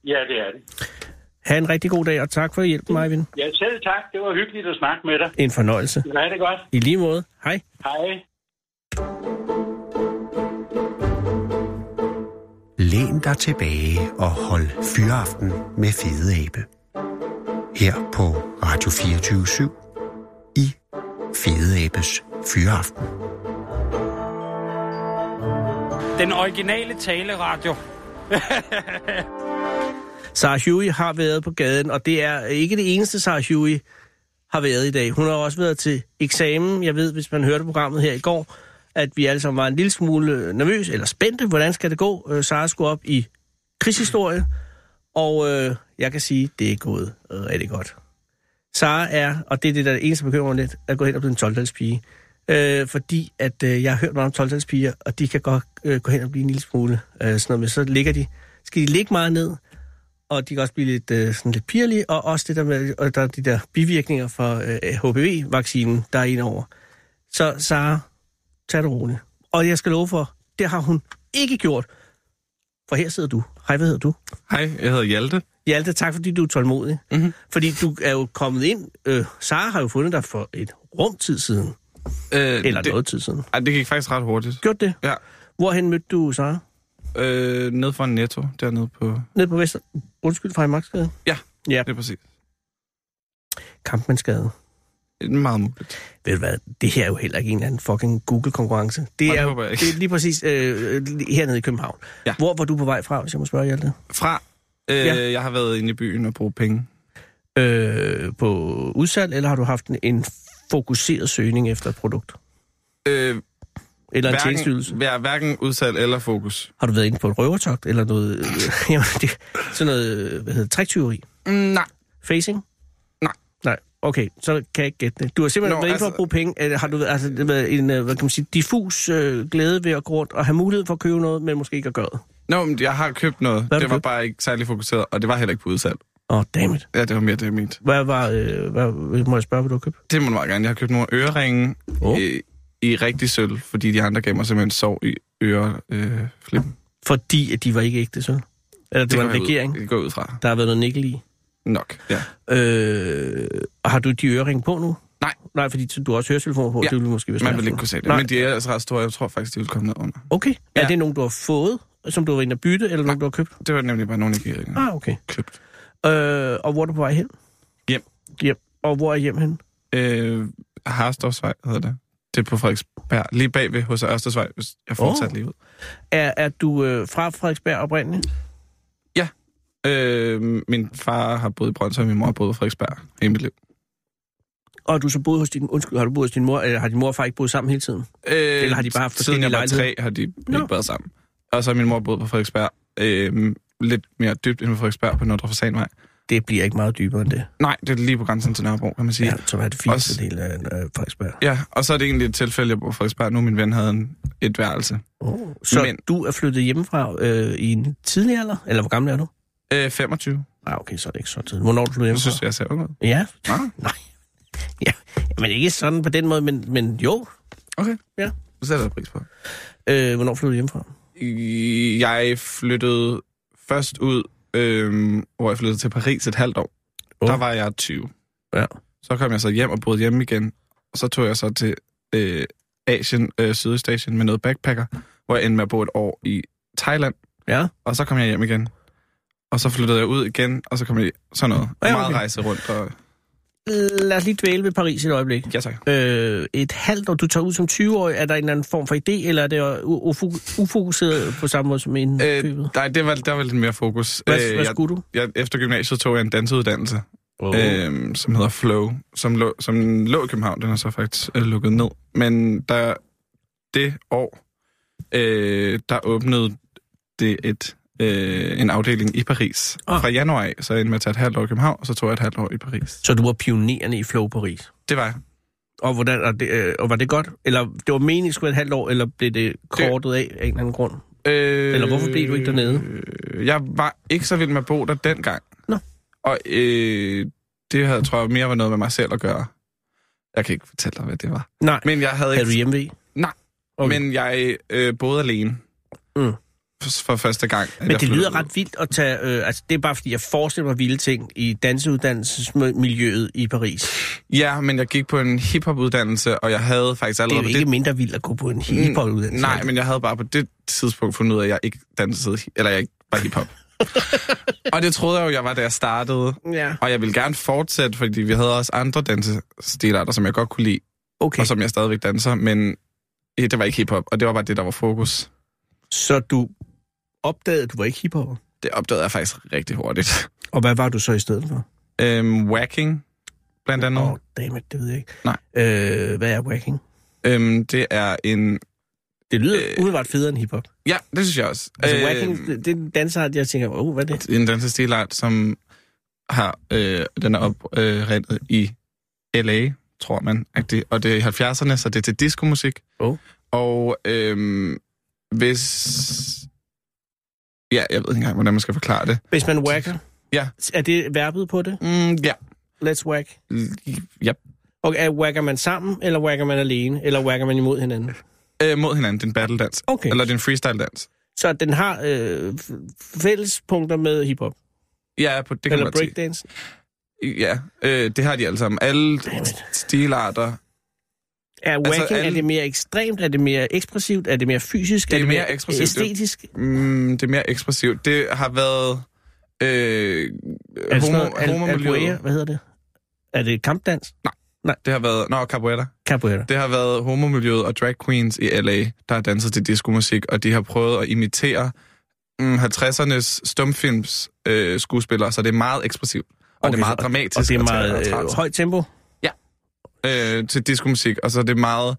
S2: ja, det er det.
S3: Ha' en rigtig god dag, og tak for hjælpen, Majvin.
S2: Ja, selv tak. Det var hyggeligt at snakke med dig.
S3: En fornøjelse.
S2: Ja, det er godt.
S3: I lige måde. Hej.
S2: Hej.
S1: Læn dig tilbage og hold fyraften med Fede Abe. Her på Radio 24 i Fede Abes Fyraften.
S4: Den originale taleradio.
S3: Sarah Huey har været på gaden, og det er ikke det eneste, Sarah Huey har været i dag. Hun har også været til eksamen. Jeg ved, hvis man hørte programmet her i går, at vi alle sammen var en lille smule øh, nervøse eller spændte. Hvordan skal det gå? Øh, Sarah skulle op i krigshistorie, og øh, jeg kan sige, det er gået øh, rigtig godt. Sara er, og det er det, der er det eneste bekymrer mig lidt, at gå hen og blive en 12 talspiger Øh, fordi at øh, jeg har hørt meget om 12 talspiger og de kan godt øh, gå hen og blive en lille smule øh, sådan noget, men så ligger de, skal de ligge meget ned, og de kan også blive lidt, øh, sådan lidt pirlige, og også det der med, og der er de der bivirkninger fra øh, HPV-vaccinen, der er en over. Så Sara, tag det roligt. Og jeg skal love for, det har hun ikke gjort. For her sidder du. Hej, hvad hedder du?
S5: Hej, jeg hedder Hjalte.
S3: Hjalte, tak fordi du er tålmodig. Mm-hmm. Fordi du er jo kommet ind. Øh, Sara har jo fundet dig for et rum tid siden.
S5: Øh,
S3: Eller det...
S5: det,
S3: noget tid siden.
S5: Ej, det gik faktisk ret hurtigt.
S3: Gjort det?
S5: Ja.
S3: Hvorhen mødte du Sara?
S5: Øh, ned fra Netto, dernede på...
S3: Ned på Vester... Undskyld, fra i Magtsgade.
S5: Ja,
S3: Ja.
S5: det er præcis.
S3: Kampmandsgade.
S5: Det er Meget muligt.
S3: Ved du hvad, det her er jo heller ikke en eller anden fucking Google-konkurrence. Det,
S5: Nej, det
S3: er, jo-
S5: håber jeg ikke.
S3: det er lige præcis øh, hernede i København.
S5: Ja.
S3: Hvor var du på vej fra, hvis jeg må spørge Hjalte?
S5: Fra, øh,
S3: Ja.
S5: ja. jeg har været inde i byen og brugt penge.
S3: Øh, på udsalg, eller har du haft en, en fokuseret søgning efter et produkt?
S5: Øh,
S3: Eller en
S5: hverken,
S3: tjenestydelse?
S5: hver, hverken udsalg eller fokus.
S3: Har du været inde på et røvertogt, eller noget, øh, jamen, det, sådan noget, øh, hvad hedder det, triktyveri?
S5: Mm, nej,
S3: Facing?
S5: Nej.
S3: Nej, okay, så kan jeg ikke gætte det. Du har simpelthen Nå,
S5: Nå,
S3: været inde for at
S5: altså-
S3: bruge penge. Eller Har du været- altså, det været en, øh, hvad kan man sige, diffus øh, glæde ved at gå rundt og have mulighed for at købe noget, men måske ikke at gøre det?
S5: Nå, men jeg har købt noget.
S3: Hvad har
S5: det
S3: du
S5: var
S3: købt?
S5: bare ikke særlig fokuseret, og det var heller ikke på udsalg.
S3: Åh, oh, dammit.
S5: Ja, det var mere det, jeg mente.
S3: Hvad var, øh, hvad, må jeg spørge, hvad du har købt?
S5: Det må du meget gerne. Jeg har købt nogle øreringe
S3: Åh.
S5: oh. øh, i rigtig sølv, fordi de andre gav mig simpelthen sov i øreflippen. Øh, flippen.
S3: Fordi at de var ikke ægte sølv. Eller det, det var
S5: går
S3: en
S5: jeg ud-
S3: regering,
S5: Det går jeg ud fra.
S3: der har været noget nikkel i.
S5: Nok, ja.
S3: Øh, og har du de øreringe på nu?
S5: Nej.
S3: Nej, fordi du har også høretelefoner på, ja.
S5: Ja.
S3: det ville måske være
S5: Man
S3: svært
S5: vil
S3: for
S5: ikke
S3: dig.
S5: kunne se det.
S3: Nej.
S5: Men de er altså ret store. Jeg tror faktisk, de vil komme ned under.
S3: Okay. Ja. Er
S5: Ja.
S3: det nogen, du har fået, som du har været inde at bytte, eller nogen, du har købt?
S5: Det var nemlig bare nogle ikke
S3: Ah, okay.
S5: købt.
S3: Øh, og hvor er du på vej hen?
S5: Hjem.
S3: Hjem. Og hvor er hjem hen?
S5: Øh, Harstorvsvej hedder det. Det er på Frederiksberg. Lige bag ved hos Ørstedsvej, hvis jeg fortsat
S3: Åh.
S5: oh. lige ud.
S3: Er, er du øh, fra Frederiksberg oprindeligt?
S5: Øh, min far har boet i Brøndshøj, min mor har boet i Frederiksberg hele mit liv.
S3: Og har du så boet hos din... Undskyld, har du boet hos din mor? Eller har din mor og far ikke boet sammen hele tiden?
S5: Øh,
S3: Eller har de bare haft
S5: Siden jeg var
S3: forskellige
S5: tre, har de
S3: Nå.
S5: no. ikke været sammen. Og så har min mor boet på Frederiksberg. Øh, lidt mere dybt end på Frederiksberg på Nordre Fasanvej.
S3: Det bliver ikke meget dybere end det.
S5: Nej, det er lige på grænsen til Nørrebro, kan man sige.
S3: Ja, som er det fint
S5: Også-
S3: del af øh, Frederiksberg.
S5: Ja, og så er det egentlig et tilfælde, jeg bor på Frederiksberg nu. Min ven havde en, et værelse.
S3: Oh. Så Men...
S5: Men-
S3: du er flyttet hjemmefra øh, i en tidlig alder? Eller hvor gammel er du?
S5: Øh, 25.
S3: Ah, okay, så er det ikke så tidligt. Hvornår er du flyttede
S5: Jeg
S3: hjemmefra?
S5: synes, jeg ser ung ud.
S3: Ja,
S5: Nej,
S3: men ikke sådan på den måde, men, men jo.
S5: okay.
S3: Ja.
S5: Det sætter jeg pris på.
S3: Øh, hvornår flyttede du hjemmefra?
S5: Jeg flyttede først ud, øhm, hvor jeg flyttede til Paris et halvt år.
S3: Åh.
S5: Oh. Der var jeg 20.
S3: Ja.
S5: Så kom jeg så hjem og boede hjemme igen. Og så tog jeg så til øh, Asien, øh, Sydøstasien med noget backpacker, hvor jeg endte med at bo et år i Thailand.
S3: Ja.
S5: Og så kom jeg hjem igen. Og så flyttede jeg ud igen, og så kom jeg sådan noget.
S3: Ja, okay.
S5: Ja, okay. Meget rejse rundt. Og,
S3: Lad os lige dvæle ved Paris et øjeblik.
S5: ja, tak.
S3: øh, et halvt år, du tager ud som 20-årig, er der en eller anden form for idé, eller er det øh, ufo- ufokuseret på samme måde som en øh,
S5: Øh, nej, det var, der var lidt mere fokus.
S3: Hvad,
S5: Øh,
S3: hvad
S5: jeg,
S3: skulle du?
S5: jeg, efter gymnasiet tog jeg en dansuddannelse.
S3: Oh.
S5: øh, som hedder Flow, som lå, som lå i København. Den er så faktisk øh, lukket ned. Men der det år, øh, der åbnede det et, øh, en afdeling i Paris.
S3: Ah.
S5: Oh. Fra januar af, så jeg endte med at tage et halvt år i København, og så tog jeg et halvt år i Paris.
S3: Så du var pionerende i Flow Paris.
S5: Det var jeg.
S3: Og, hvordan, og, det, øh, og var det godt? Eller det var meningen, at det skulle være et halvt år, eller blev det kortet af af en eller anden grund?
S5: Øh,
S3: Eller hvorfor blev du ikke dernede?
S5: øh, Jeg var ikke så vild med at bo der dengang.
S3: Nå.
S5: Og øh, det havde, tror jeg, mere var noget med mig selv at gøre. Jeg kan ikke fortælle dig, hvad det var.
S3: Nej.
S5: Men jeg havde
S3: Havde
S5: ikke...
S3: du hjemmevæg?
S5: Nej,
S3: Okay.
S5: okay. men jeg øh, boede alene.
S3: Mm.
S5: For, for første gang. at
S3: Men
S5: jeg
S3: det
S5: flyttede
S3: lyder
S5: ud.
S3: ret vildt at tage... Øh, altså, det er bare, fordi jeg forestiller mig vilde ting i danseuddannelsesmiljøet i Paris.
S5: Ja, men jeg gik på en hiphop-uddannelse, og jeg havde faktisk
S3: Det er
S5: allerede...
S3: jo
S5: på
S3: ikke det... mindre vildt at gå på en hiphop-uddannelse.
S5: Mm, Nej, men jeg havde bare på det tidspunkt fundet ud af, at jeg ikke dansede... hi- Eller jeg ikke var hiphop. og det troede jeg jo, jeg var, da jeg startede.
S3: Ja,
S5: Og jeg ville gerne fortsætte, fordi vi havde også andre dansestilarter, som jeg godt kunne lide, okay.
S3: okay.
S5: og som jeg stadigvæk danser, men eh, det var ikke hiphop, og det var bare det, der var fokus.
S3: Så du opdagede, at du var ikke hiphopper?
S5: Det opdagede jeg faktisk rigtig hurtigt.
S3: Og hvad var du så i stedet for?
S5: Øhm, whacking, blandt andet.
S3: Åh,
S5: Oh.
S3: oh, dammit, det ved jeg ikke.
S5: Nej.
S3: Øh, hvad er whacking?
S5: Øhm, det er en...
S3: Det lyder øh...
S5: Øh,
S3: umiddelbart federe end hiphop.
S5: Ja, det synes jeg også.
S3: Altså, øh...
S5: Øhm,
S3: whacking, det, det er en dansart, jeg tænker, åh, oh, hvad er det?
S5: en dansestilart, som har, øh, den er oprindet i L.A., tror man, agtig. og det er i 70'erne, så det er til diskomusik.
S3: Oh.
S5: Og øhm, hvis... Ja, jeg ved ikke engang, hvordan man skal forklare det.
S3: Hvis man whacker,
S5: Ja.
S3: er det verbet på det?
S5: Mm, ja.
S3: Let's whack.
S5: L- ja.
S3: Og er, whacker man sammen, eller whacker man alene, eller whacker man imod hinanden?
S5: Øh, mod hinanden, den battle dans.
S3: Okay.
S5: Eller den freestyle dans.
S3: Så den har øh, f- fælles punkter med hiphop,
S5: Ja, på, det kan
S3: eller
S5: man godt sige.
S3: breakdance.
S5: Ja, øh, det har de alle sammen. Alle
S3: Dammit.
S5: stilarter.
S3: Er whacking, altså, er
S5: alle-
S3: det mere ekstremt, er det mere ekspressivt, er det mere fysisk,
S5: Det er
S3: det
S5: mere ekspressivt, det-
S3: æstetisk?
S5: Mm, det er mere ekspressivt. Det har været... Øh,
S3: Er det sådan
S5: homo,
S3: noget, Altså, al-
S5: homomiljøet.
S3: albuera, hvad hedder det? Er det kampdans?
S5: Det har været... Nå, Capoeira.
S3: Capoeira.
S5: Det har været homomiljøet og drag queens i L.A., der har danset til diskomusik, og de har prøvet at imitere mm, 50'ernes stumfilms øh, skuespillere, så det er meget ekspressivt. Og okay, det er meget
S3: så-
S5: dramatisk.
S3: Og det er
S5: teater-
S3: meget øh,
S5: teater-
S3: højt tempo.
S5: øh, til diskomusik, og så er det meget...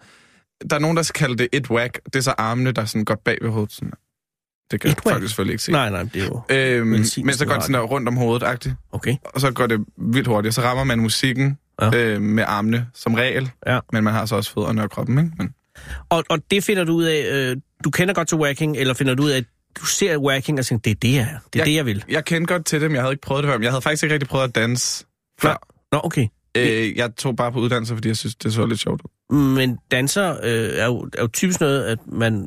S5: Der er nogen, der kalder det et whack. Det er så armene, der er sådan godt bag ved hovedet. Sådan. Det kan
S3: Et whack?
S5: folk selvfølgelig ikke se.
S3: Nej, nej, men det er jo...
S5: Øhm, men
S3: Velsignelsen
S5: så går det sådan der rundt om hovedet -agtigt.
S3: Okay.
S5: og så går det vildt hurtigt, og så rammer man musikken
S3: Ja.
S5: ja. øh, med armene som regel,
S3: Ja.
S5: men man har så også fødderne og kroppen, ikke? Men,
S3: Og, og det finder du ud af... Øh, du kender godt til whacking, eller finder du ud af, at du ser whacking og tænker, det er det, jeg er. Det er
S5: Jeg-
S3: det, jeg vil.
S5: jeg kendte godt til dem, jeg havde ikke prøvet det før, men jeg havde faktisk ikke rigtig prøvet at danse
S3: Nå.
S5: før.
S3: Nå, okay.
S5: Øh, jeg tog bare på uddannelse, fordi jeg synes, det så lidt sjovt ud.
S3: Men danser øh, er, jo, er jo typisk noget, at man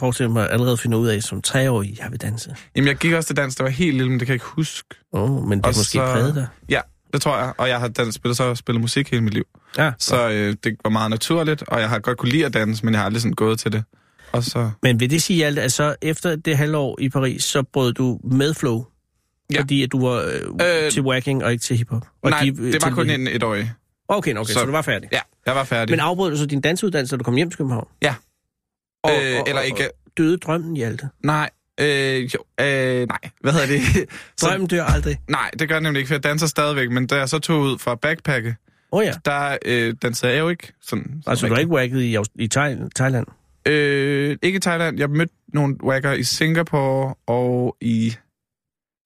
S3: forestiller mig allerede finder ud af som treårig, jeg vil danse.
S5: Jamen, jeg gik også til dans, der var helt lille, men det kan jeg ikke huske.
S3: Oh, men det har
S5: Og
S3: måske
S5: så-
S3: præget dig.
S5: Ja, det tror jeg, og jeg har dans, spillet, så spillet musik hele mit liv.
S3: Ja.
S5: Så øh, det var meget naturligt, og jeg har godt kunne lide at danse, men jeg har aldrig sådan gået til det. Og så...
S3: Men vil det sige alt, at så efter det halvår i Paris, så brød du med flow? Ja.
S5: Ja.
S3: Fordi at du var øh, øh,
S5: Øh,
S3: til whacking og ikke til hiphop? Og
S5: Nej,
S3: øh,
S5: det var
S3: til-
S5: kun en et år.
S3: Okay, okay, så,
S5: Så-
S3: så du var færdig.
S5: Ja, jeg var færdig.
S3: Men afbrød du så din dansuddannelse, da du kom hjem til København?
S5: Ja.
S3: Og,
S5: øh, eller ikke...
S3: Og døde drømmen i alt det?
S5: Nej, øh, jo, øh, nej. Hvad hedder det? så,
S3: Drømmen dør aldrig.
S5: nej, det gør jeg nemlig ikke, for jeg danser stadigvæk, men da jeg så tog ud fra backpacket,
S3: Åh oh, ja.
S5: der øh, dansede jeg jo ikke. Sådan, sådan
S3: Altså, du har
S5: rigtigt.
S3: ikke wacket i, Aus- i Thai- Thailand?
S5: Øh, ikke i Thailand. Jeg mødte nogle wacker i Singapore og i...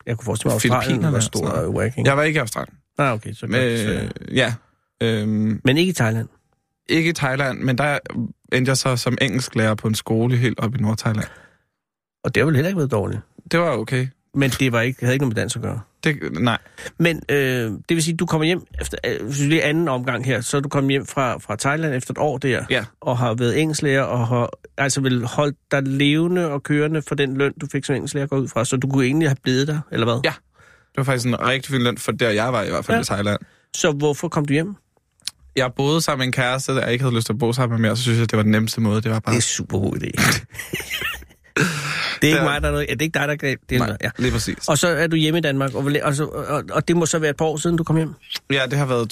S3: Jeg kunne forestille mig, at Australien
S5: Filippinerne
S3: var
S5: og sådan
S3: stor
S5: noget.
S3: øh, whacking.
S5: Jeg var ikke i Australien.
S3: Nej, okay, så godt.
S5: Øh,
S3: Øh...
S5: ja. Øhm,
S3: Men ikke i Thailand.
S5: ikke i Thailand, men der endte jeg så som engelsklærer på en skole helt op i Nordthailand.
S3: Og det har vel heller ikke været dårligt.
S5: Det var okay.
S3: Men det var ikke, havde ikke noget med dans at gøre.
S5: Det, nej.
S3: Men øh, det vil sige, du kommer hjem efter øh, hvis det er anden omgang her, så er du kommet hjem fra, fra Thailand efter et år der,
S5: Ja.
S3: og har været engelsklærer, og har altså vel holdt dig levende og kørende for den løn, du fik som engelsklærer går ud fra, så du kunne egentlig have blevet der, eller hvad?
S5: Ja. Det var faktisk en rigtig fin løn for der, jeg var i hvert fald
S3: Ja.
S5: ja. i Thailand.
S3: Så hvorfor kom du hjem?
S5: jeg boede sammen med en kæreste, der jeg ikke havde lyst til at bo sammen med mere, så synes jeg, det var den nemmeste måde. Det var bare...
S3: Det er en super god idé. det er ikke
S5: Der-
S3: mig, der er noget. Ja, det er ikke dig, der greb. Det er
S5: Nej,
S3: noget, ja.
S5: lige præcis.
S3: Og så er du hjemme i Danmark, og, hvor læ- og, så, og, og det må så være et par år siden, du kom hjem?
S5: Ja, det har været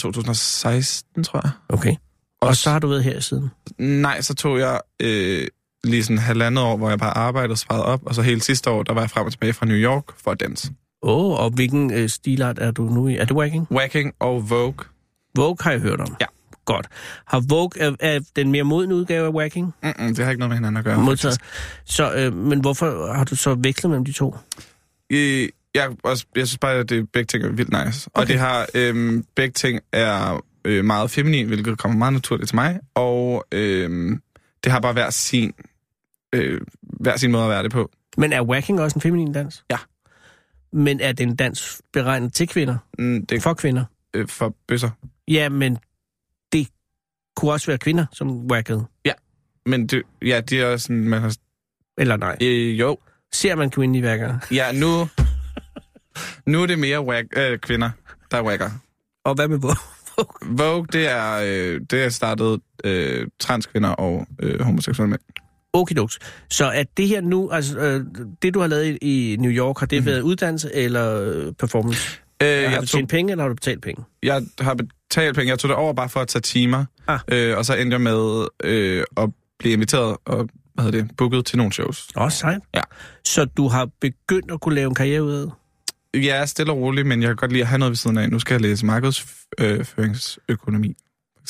S5: 2016, tror jeg.
S3: Okay. Og, og
S5: Også-
S3: så har du været her siden?
S5: Nej, så tog jeg øh, lige sådan halvandet år, hvor jeg bare arbejdede og sparede op, og så hele sidste år, der var jeg frem og tilbage fra New York for at danse.
S3: Åh, oh, og hvilken øh, stilart er du nu i? Er det wagging?
S5: Wacking og Vogue.
S3: Vogue har jeg hørt om.
S5: Ja.
S3: Godt. Har Vogue er, er den mere modne udgave af Whacking?
S5: Mm-mm, det har ikke noget med hinanden at gøre.
S3: Modtaget. Så, øh, men hvorfor har du så vekslet mellem de to?
S5: Øh, jeg, også, jeg synes bare, at det, begge ting er vildt nice. Okay. Og det har, øhm, begge ting er øh, meget feminin, hvilket kommer meget naturligt til mig. Og øhm, det har bare hver sin, øh, hver sin måde at være det på.
S3: Men er Whacking også en feminin dans?
S5: Ja.
S3: Men er det en dans beregnet til kvinder?
S5: Mm, det er
S3: For kvinder?
S5: øh, for bøsser.
S3: Ja, men det kunne også være kvinder, som whackede.
S5: Men det, ja, det er også sådan, man har...
S3: Eller nej.
S5: Øh, jo,
S3: Ser man kvindelige værkere?
S5: ja, nu... Nu er det mere whack, øh, kvinder, der whacker.
S3: Og hvad med Vogue?
S5: Vogue, det er, øh, det er startet øh, transkvinder og øh, homoseksuelle mænd.
S3: Okidoks. Så er det her nu, altså øh, det du har lavet i, i New York, har det mm. været uddannelse eller øh, performance?
S5: Mhm. Øh,
S3: Øh, har
S5: jeg,
S3: du
S5: tog,
S3: tjent penge, eller har du betalt penge?
S5: jeg har betalt penge. Jeg tog det over bare for at tage timer.
S3: Ah.
S5: Øh, og så endte jeg med øh, at blive inviteret og hvad hedder det, booket til nogle shows.
S3: Åh, oh, sejt.
S5: Ja.
S3: Så du har begyndt at kunne lave en karriere ud af det?
S5: Jeg er stille og rolig, men jeg kan godt lide at have noget ved siden af. Nu skal jeg læse øh, markedsføringsøkonomi.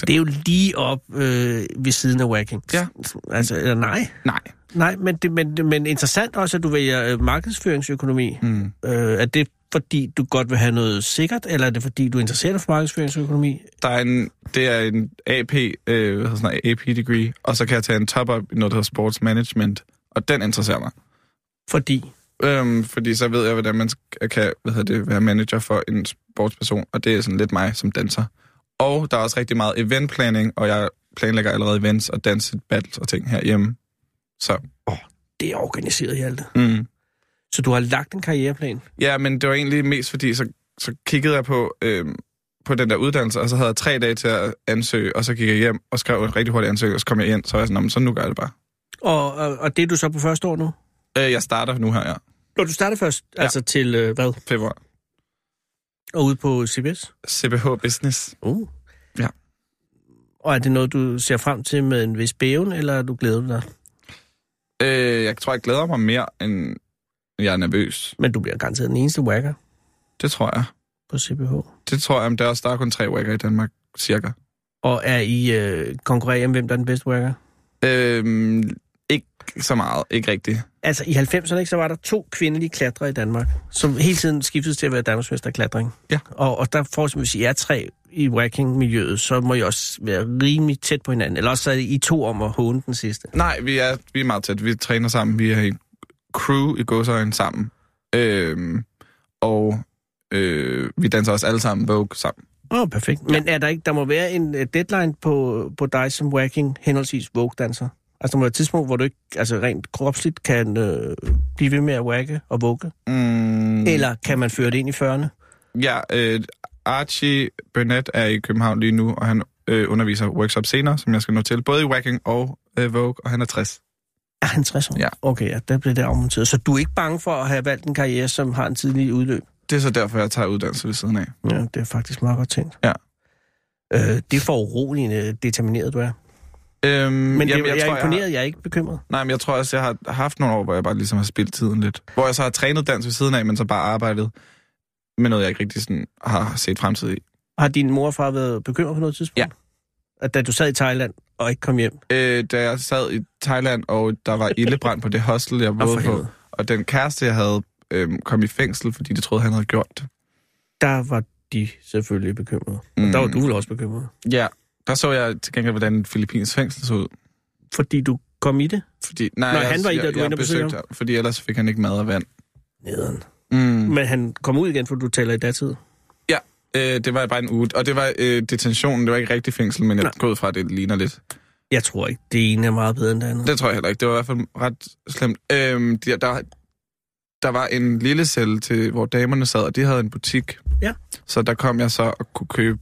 S3: Det er jo lige op øh, ved siden af whacking.
S5: Ja.
S3: Altså, eller nej.
S5: Nej.
S3: Nej, men, det, men, det- men interessant også, at du vælger øh, markedsføringsøkonomi.
S5: Mm.
S3: Øh, er det fordi, du godt vil have noget sikkert, eller er det fordi, du er interesseret for markedsføringsøkonomi?
S5: Der er en, det er en AP, øh, hvad hedder sådan noget, AP-degree, og så kan jeg tage en top-up i noget, der hedder sports management, og den interesserer mig.
S3: Fordi
S5: Øhm, fordi så ved jeg, hvordan man sk- kan hvad hedder det, være manager for en sportsperson, og det er sådan lidt mig som danser. Og der er også rigtig meget eventplanning, og jeg planlægger allerede events og dance battles og ting herhjemme. Så,
S3: det er organiseret i alt det.
S5: mm.
S3: Så du har lagt en karriereplan.
S5: Ja, men det var egentlig mest fordi, så, så kiggede jeg på, øhm, på den der uddannelse, og så havde jeg tre dage til at ansøge, og så gik jeg hjem og skrev en rigtig hurtig ansøgning, og så kom jeg ind, så var jeg sådan, "Nå, men så nu gør jeg det bare.
S3: Og, og, og det er du så på første år nu?
S5: Øh, jeg starter nu her, ja.
S3: Når du starter først, ja.
S5: Ja.
S3: altså til øh, hvad?
S5: Februar.
S3: Og ude på CBS?
S5: CBH Business.
S3: Uh.
S5: Ja.
S3: Og er det noget, du ser frem til med en vis bæven, eller er du glæder dig?
S5: Øh, jeg tror, jeg glæder mig mere, end jeg er nervøs.
S3: Men du bliver garanteret den eneste whacker
S5: Det tror jeg.
S3: på CBH.
S5: Det tror jeg, men der er også der er kun tre whacker i Danmark, cirka.
S3: Og er I øh, konkurrerer om, hvem der er den bedste whacker?
S5: Øhm, ikke så meget, ikke rigtigt.
S3: Altså, i 90'erne, ikke, så var der to kvindelige klatrere i Danmark, som hele tiden skiftedes til at være Danmarksmester i klatring.
S5: Ja.
S3: Og, og der får, som hvis I er tre i whacking-miljøet, så må I også være rimelig tæt på hinanden. Eller også så er I to om at håne den sidste.
S5: Nej, vi er, vi er meget tæt. Vi træner sammen. Vi er i crew i godsøjen sammen. Øhm, og øh, vi danser også alle sammen Vogue sammen.
S3: Åh, oh, perfekt. Men er der ikke, der må være en øh, deadline på, på dig som whacking, henholdsvis vogue-danser? Altså, der må være et tidspunkt, hvor du ikke altså, rent kropsligt kan øh, blive ved med at whacke og vugge.
S5: Mm,
S3: Mm. Eller kan man føre det ind i 40'erne?
S5: Ja, øh, Archie Burnett er i København lige nu, og han øh, underviser workshop senere, som jeg skal nå til, både i Whacking og øh, Vogue, og han er 60.
S3: Er han 60 Ah, år?
S5: Ja.
S3: Okay, ja, der blev det afmonteret. Så du er ikke bange for at have valgt en karriere, som har en tidlig udløb?
S5: Det er så derfor, jeg tager uddannelse ved siden af.
S3: Ja, det er faktisk meget godt tænkt.
S5: Ja.
S3: Øh, det er for uroligende determineret, du er.
S5: Øhm,
S3: Men jamen, det, jeg, jeg er
S5: tror,
S3: imponeret, jeg, jeg er ikke bekymret.
S5: Nej, men jeg tror også, jeg har haft nogle år, hvor jeg bare ligesom har spildt tiden lidt. Hvor jeg så har trænet dans ved siden af, men så bare arbejdet med noget, jeg ikke rigtig sådan har set fremtid i.
S3: Har din mor og far været bekymret på noget tidspunkt?
S5: Ja.
S3: At da du sad i Thailand og ikke kom hjem?
S5: Øh, da jeg sad i Thailand, og der var ildebrand på det hostel, jeg
S3: for
S5: boede på,
S3: helvede.
S5: og den kæreste, jeg havde, øhm, kom i fængsel, fordi de troede, han havde gjort det.
S3: der var de selvfølgelig bekymrede. Mm. Og
S5: Mm.
S3: der var du vel også bekymret.
S5: Ja, der så jeg til gengæld, hvordan et filippinsk fængsel så ud.
S3: Fordi du kom i det?
S5: Fordi, nej,
S3: Nå,
S5: jeg,
S3: han var i det,
S5: jeg,
S3: og du var
S5: jeg
S3: inde og besøge
S5: besøgte ham, fordi ellers fik han ikke mad og vand.
S3: Nederen.
S5: Mm.
S3: Men han kom ud igen, for du taler i datid.
S5: Ja, øh, det var bare en uge. Og det var øh, detentionen, det var ikke rigtig fængsel, men jeg
S3: Nej.
S5: går ud fra, at det ligner lidt.
S3: Jeg tror ikke, det ene er meget bedre end det andet.
S5: Det tror jeg heller ikke. Det var i hvert fald ret slemt. Øhm, der, der, der var en lille celle, til, hvor damerne sad, og de havde en butik.
S3: Ja.
S5: Så der kom jeg så og kunne købe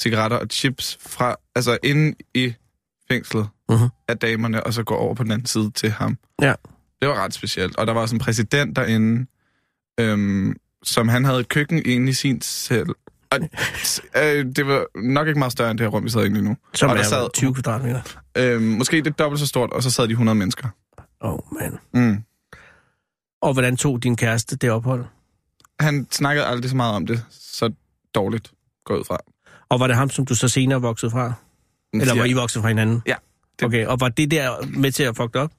S5: cigaretter og chips fra, altså inde i fængslet
S3: Uh-huh.
S5: af damerne, og så gå over på den anden side til ham.
S3: Ja.
S5: Det var ret specielt. Og der var sådan en præsident derinde, øhm, som han havde et køkken inde i sin celle. Og øh, det var nok ikke meget større end det her rum, vi sad inde i nu.
S3: Som
S5: og der
S3: er
S5: sad
S3: sad... 20 kvadratmeter.
S5: øh, måske lidt dobbelt så stort, og så sad de 100 mennesker.
S3: Åh, oh, mand.
S5: Mm.
S3: Og hvordan tog din kæreste det ophold?
S5: han snakkede aldrig så meget om det, så dårligt går jeg ud fra.
S3: Og var det ham, som du så senere voksede fra? Eller var
S5: ja,
S3: I vokset fra hinanden?
S5: Ja.
S3: Det... Okay, og var det der med til at fuck det op?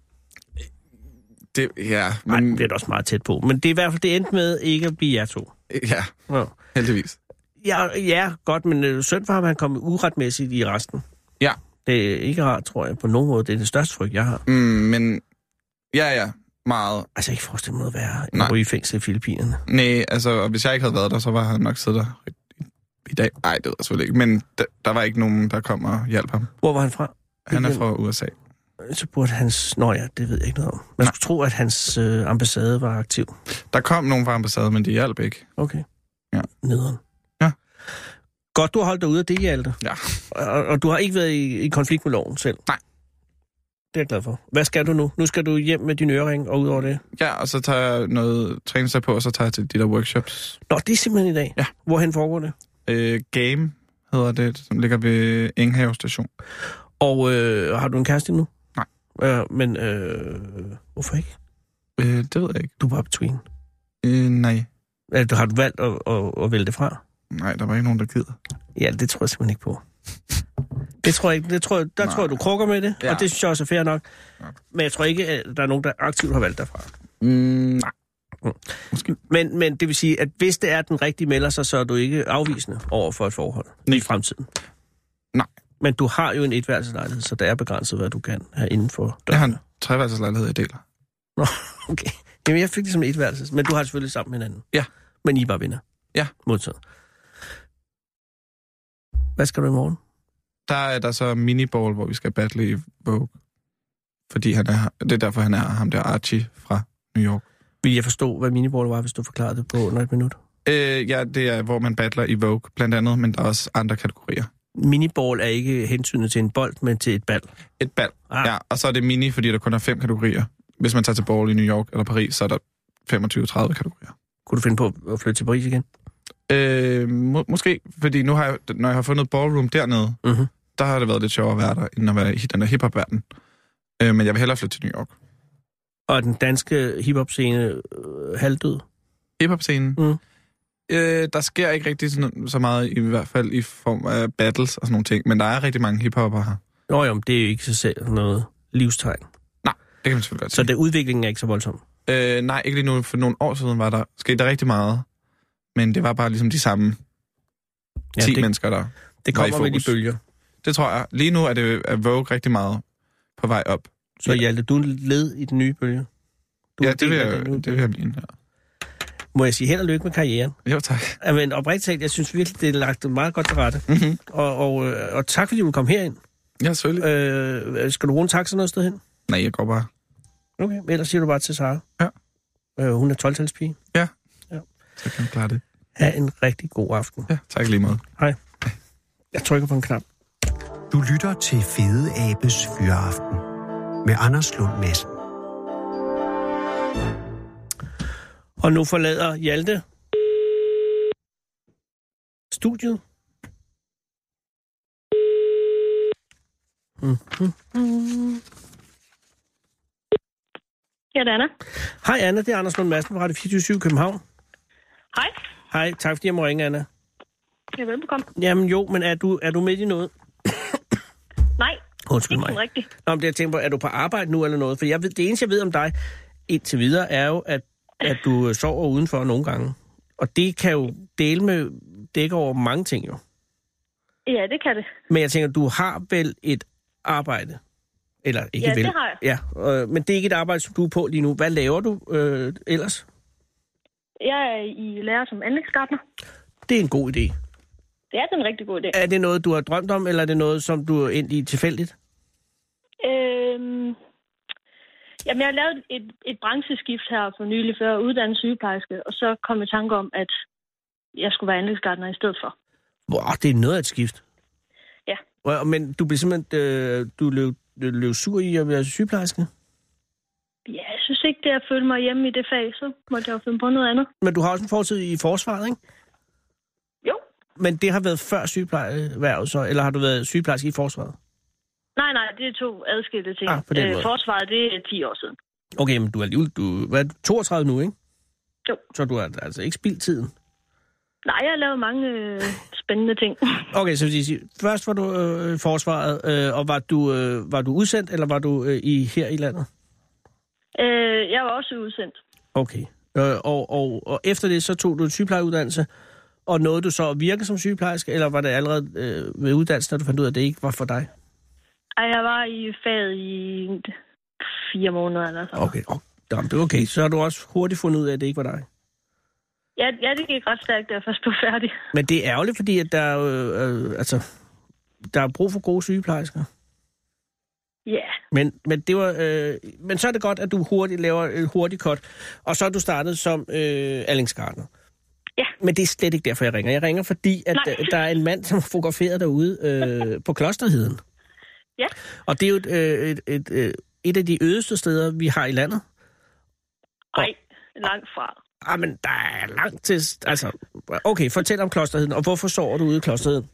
S5: det, ja,
S3: Nej,
S5: men,
S3: det er da også meget tæt på. Men det er i hvert fald, det endte med ikke at blive jer to.
S5: ja,
S3: Ja,
S5: heldigvis.
S3: ja, ja godt, men øh, synd for ham, han kom uretmæssigt i resten.
S5: Ja.
S3: Det er ikke rart, tror jeg, på nogen måde. Det er det største frygt, jeg har.
S5: Mm, men, ja, ja, meget.
S3: Altså, jeg kan ikke forestille mig at være
S5: Nej.
S3: en ryge i fængsel i Filippinerne.
S5: Nej, altså, og hvis jeg ikke havde været der, så var han nok siddet der i- i dag. Nej, det ved jeg selvfølgelig ikke, men der, der var ikke nogen, der kom og hjalp ham.
S3: Hvor var han fra?
S5: Han er
S3: Hvilken-
S5: fra USA.
S3: Så burde hans... Nå ja, det ved jeg ikke noget om. Man skulle tro, at hans øh, ambassade var aktiv.
S5: Der kom nogen fra ambassaden, men de hjalp ikke.
S3: Okay.
S5: Ja.
S3: Nederen.
S5: Ja.
S3: Godt, du har holdt dig ude af det, Hjalte.
S5: Ja.
S3: Og, og du har ikke været i, i konflikt med loven selv?
S5: Nej.
S3: Det er jeg glad for. Hvad skal du nu? Nu skal du hjem med din ørering og ud over det.
S5: Ja, og så tager jeg noget træningstøj på, og så tager jeg til de der workshops.
S3: Nå, det er simpelthen i dag.
S5: Ja.
S3: Hvorhen foregår det?
S5: Øh, game hedder det, som ligger ved Enghave station.
S3: Og øh, har du en kæreste nu?
S5: Nej.
S3: Øh, men øh, hvorfor ikke?
S5: Øh, det ved jeg ikke.
S3: Du var between.
S5: Øh, nej.
S3: Altså, har du valgt at, at, at vælge det fra?
S5: Nej, der var ikke nogen, der gider.
S3: Ja, det tror jeg simpelthen ikke på. Det tror jeg ikke. Det tror, jeg- der
S5: Nej.
S3: tror jeg, du krukker med det, ja.
S5: Ja.
S3: og det synes jeg også er fair nok.
S5: Ja.
S3: Men jeg tror ikke, at der er nogen, der aktivt har valgt derfra.
S5: Mm, nej.
S3: Men, men det vil sige, at hvis det er, at den rigtige melder sig, så er du ikke afvisende over for et forhold i fremtiden.
S5: Nej.
S3: Men du har jo en etværelseslejlighed, så der er begrænset, hvad du kan have inden for
S5: Jeg har
S3: døren.
S5: en treværelseslejlighed, jeg deler.
S3: Okay. Jamen, jeg fik det som etværelses, men du har det selvfølgelig sammen med hinanden.
S5: Ja.
S3: Men I er bare venner.
S5: Ja.
S3: Modtaget. Hvad skal du i morgen?
S5: Der er der så miniball, hvor vi skal battle i Vogue. Fordi han er, det er derfor, han er ham der Archie fra New York.
S3: Vil jeg forstå, hvad miniball var, hvis du forklarede det på under et minut?
S5: Øh, ja, det er, hvor man battler i Vogue, blandt andet, men der er også andre kategorier.
S3: Miniball er ikke hensynet til en bold, men til et bal.
S5: Et ball.
S3: Ah.
S5: Ah. Ja, og så er det mini, fordi der kun er fem kategorier. Hvis man tager til ball i New York eller Paris, så er der 25-30 kategorier.
S3: Kunne du finde på at flytte til Paris igen?
S5: Øh, må, måske, fordi nu har jeg, når jeg har fundet ballroom dernede,
S3: Mhm.
S5: der har det været lidt sjovere at være der, end at være i den der hiphop-verden. Øh, men jeg vil hellere flytte til New York.
S3: Og er den danske hiphop-scene øh, halvdød?
S5: Hiphop-scenen,
S3: Mhm.
S5: øh, der sker ikke rigtig sådan, så meget, i hvert fald i form af battles og sådan nogle ting, men der er rigtig mange hiphopper her.
S3: Nå jo, men det er jo ikke så selv noget livstegn.
S5: Det kan man selvfølgelig godt
S3: Så
S5: sige.
S3: det, udviklingen er ikke så voldsom.
S5: Øh, nej, ikke lige nu. For nogle år siden var der, skete der rigtig meget, men det var bare ligesom de samme
S3: Ja,
S5: 10
S3: det-
S5: mennesker, der
S3: Det
S5: Var i
S3: kommer med
S5: fokus.
S3: de bølger.
S5: Det tror jeg. Lige nu er det er Vogue rigtig meget på vej op.
S3: Så
S5: Ja.
S3: Hjalte, du er led i den nye bølge. Du er
S5: ja,
S3: en
S5: det vil,
S3: del af
S5: jeg,
S3: den nye
S5: det
S3: bølge.
S5: vil jeg blive. Ja.
S3: Må jeg sige held og lykke med karrieren.
S5: Jo, tak.
S3: Ja, Men oprigtigt talt, jeg synes virkelig, det er lagt meget godt til rette.
S5: Mm-hmm.
S3: Og, og, øh, og tak fordi du kom herind.
S5: Ja, selvfølgelig.
S3: Øh, skal du bruge en taxa noget sted hen?
S5: Nej, jeg går bare.
S3: Okay, ellers siger du bare til Sara.
S5: Ja.
S3: Øh, hun er 12-talspige.
S5: Så kan jeg klare det.
S3: Ha' en rigtig god aften.
S5: Ja, tak lige meget.
S3: Jeg trykker på en knap.
S1: Du lytter til Fede Abes Fyraften med Anders Lund Madsen.
S3: Og nu forlader Hjalte studiet.
S6: Ja, det er Anna.
S3: Hej Anna, det er Anders Lund Madsen fra Radio 24 København.
S6: Hej.
S3: Hej, tak fordi jeg må ringe, Anna.
S6: Ja, velbekomme.
S3: Jamen jo, men er du, er du midt i noget?
S6: Nej,
S3: Undskyld
S6: ikke
S3: mig.
S6: sådan rigtigt.
S3: Nå, men det jeg tænker på, er du på arbejde nu eller noget? For jeg ved, det eneste, jeg ved om dig indtil videre, er jo, at, at du øh, sover udenfor nogle gange. Og det kan jo dele med, dække over mange ting jo.
S6: Ja, det kan det.
S3: Men jeg tænker, du har vel et arbejde? Eller ikke
S6: Ja,
S3: vel?
S6: det har jeg.
S3: Ja, øh, men det er ikke et arbejde, som du er på lige nu. Hvad laver du øh, ellers?
S6: Jeg er i lærer som anlægsgartner.
S3: Det er en god idé.
S6: Det er den rigtig gode idé.
S3: Er det noget, du har drømt om, eller er det noget, som du er ind i tilfældigt?
S6: Øhm, jamen, jeg har lavet et, et brancheskift her for nylig, før jeg uddannede sygeplejerske, og så kom jeg i tanke om, at jeg skulle være anlægsgartner i stedet for.
S3: Wow, det er noget af et skift.
S6: Ja.
S3: Wow, men du blev simpelthen øh, du løb, løb sur i at være sygeplejerske.
S6: Ja, jeg synes ikke, det at føle mig hjemme i det fag, så måtte jeg jo finde på noget andet.
S3: Men du har også en fortid i forsvaret, ikke?
S6: Jo.
S3: Men det har været før sygeplejeerhvervet så, eller har du været sygeplejerske i forsvaret?
S6: Nej, nej, det er to adskilte ting. Øh,
S3: Ah, på den måde.
S6: forsvaret, det er 10 år siden.
S3: Okay, men du er alligevel, du, hvad, er du, 32 nu, ikke?
S6: Jo.
S3: Så du har altså ikke spildt tiden.
S6: Nej, jeg har lavet mange øh, spændende ting.
S3: Okay, så vil jeg sige, først var du øh, i forsvaret, øh, og var du, øh, var du udsendt, eller var du øh, i her i landet?
S6: øh, jeg var også udsendt.
S3: Okay. Øh, og, og, og efter det, så tog du en sygeplejeuddannelse, og nåede du så at virke som sygeplejerske, eller var det allerede øh, ved uddannelsen, at du fandt ud af, at det ikke var for dig?
S6: Ej, jeg var i faget i fire måneder eller sådan.
S3: Okay, oh, jamen, det er okay. Så har du også hurtigt fundet ud af, at det ikke var dig.
S6: Ja, ja, det gik ret stærkt, da jeg først blev færdig.
S3: Men det er ærgerligt, fordi at der, er jo, øh, øh, altså, der er brug for gode sygeplejersker.
S6: Ja, yeah.
S3: Men, men, det var, øh, men så er det godt, at du hurtigt laver et hurtigt cut. Og så er du startet som øh, Allingsgartner.
S6: Ja.
S3: Men det er slet ikke derfor, jeg ringer. Jeg ringer, fordi at
S6: Nej.
S3: øh, der er en mand, som har fotograferet derude øh, på Klosterheden.
S6: Ja.
S3: Og det er jo et, øh, et, et, øh, et af de ødeste steder, vi har i landet.
S6: nej, langt fra.
S3: Ah, men der er langt til... Altså, okay, fortæl om Klosterheden, og hvorfor sover du ude i Klosterheden?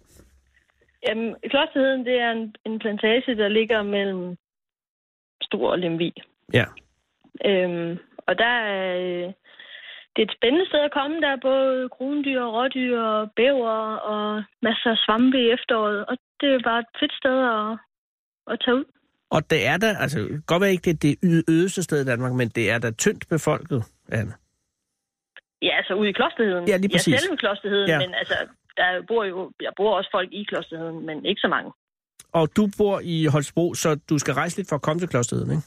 S6: Jamen, Klosterheden, det er en, en plantage, der ligger mellem Stor og Lemvi.
S3: Ja.
S6: Øhm, og der er, øh, det er et spændende sted at komme. Der er både krondyr, rådyr, og bæver og masser af svampe i efteråret. Og det er bare et fedt sted at, at tage ud.
S3: Og det er da, altså, godt være ikke det, det ø- ødeste sted i Danmark, men det er da tyndt befolket, Anne.
S6: Ja, altså ude i klosterheden.
S3: Ja, lige præcis.
S6: Ja, selve klosterheden,
S3: Ja.
S6: ja. men altså, der bor jo, jeg bor også folk i klosterheden, men ikke så mange.
S3: Og du bor i Holstebro, så du skal rejse lidt for at komme til Klosterheden, ikke?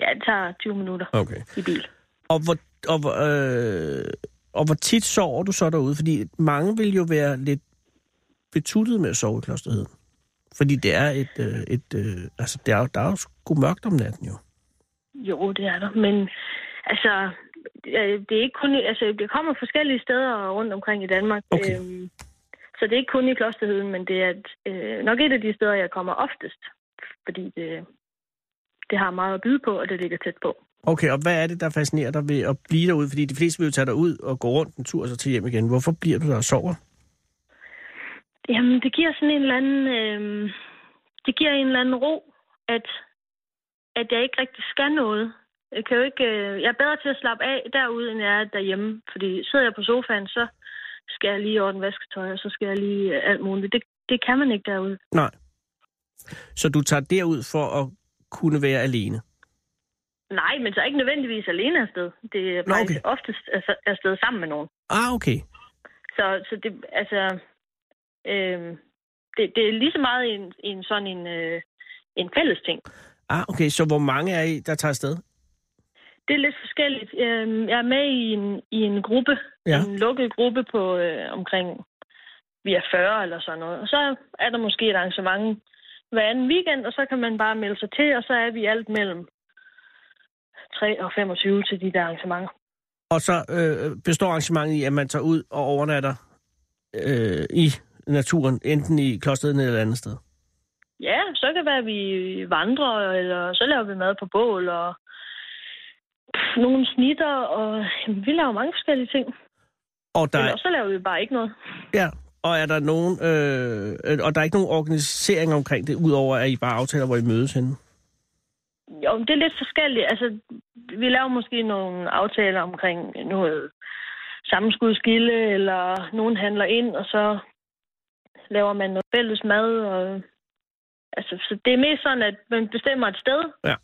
S6: Ja, det tager 20 minutter
S3: Okay.
S6: i bil.
S3: Og hvor, og, hvor, øh, og hvor tit sover du så derude? Fordi mange vil jo være lidt betuttet med at sove i Klosterheden. Fordi det er et... Øh, et øh, altså, det er, jo- der er jo sgu mørkt om natten, jo.
S6: Jo, det er der, men altså, øh, det er ikke kun, altså, det kommer forskellige steder rundt omkring i Danmark.
S3: Okay.
S6: Øhm, så det er ikke kun i klosterheden, men det er et, øh, nok et af de steder, jeg kommer oftest, fordi det, det har meget at byde på, og det ligger tæt på.
S3: Okay, og hvad er det, der fascinerer dig ved at blive derude? Fordi de fleste vil jo tage dig ud og gå rundt en tur og så til hjem igen. Hvorfor bliver du der og sover?
S6: Jamen, det giver sådan en eller anden... Øh, det giver en eller anden ro, at, at jeg ikke rigtig skal noget. Jeg, kan jo ikke, øh, jeg er bedre til at slappe af derude, end jeg er derhjemme. Fordi sidder jeg på sofaen, så skal jeg lige ordne vasketøj, og så skal jeg lige øh, alt muligt. Det, det kan man ikke derude.
S3: Nej. Så du tager derud for at kunne være alene?
S6: Nej, men så er jeg ikke nødvendigvis alene afsted. Det er
S3: Nå,
S6: faktisk oftest altså, afsted sammen med nogen.
S3: Ah, okay.
S6: Så, så det, altså, øh, det, det er lige så meget en, en sådan en, øh, en fælles ting.
S3: Ah, okay. Så hvor mange er I, der tager afsted?
S6: Det er lidt forskelligt. Øhm, Jeg er med i en, i en gruppe,
S3: Ja.
S6: ja. en lukket gruppe på øh, omkring, vi er 40 eller sådan noget. Og så er der måske et arrangement hver anden weekend, og så kan man bare melde sig til, og så er vi alt mellem 3 og 25 til de der arrangementer.
S3: Og så øh, består arrangementet i, at man tager ud og overnatter øh, i naturen, enten i klosteret eller et andet sted.
S6: Ja, så kan det være, at vi vandrer, eller så laver vi mad på bål, og pff, nogle snitter, og jamen, vi laver mange forskellige ting.
S3: Og der,
S6: Eller
S3: er,
S6: så laver vi bare ikke noget.
S3: ja, og er der nogen, øh, øh, og der er ikke nogen organisering omkring det, udover at I bare aftaler, hvor I mødes henne?
S6: Jo, men det er lidt forskelligt. Altså, vi laver måske nogle aftaler omkring noget sammenskudskilde, eller nogen handler ind, og så laver man noget fælles mad. Og, altså, så det er mest sådan, at man bestemmer et sted,
S3: Ja.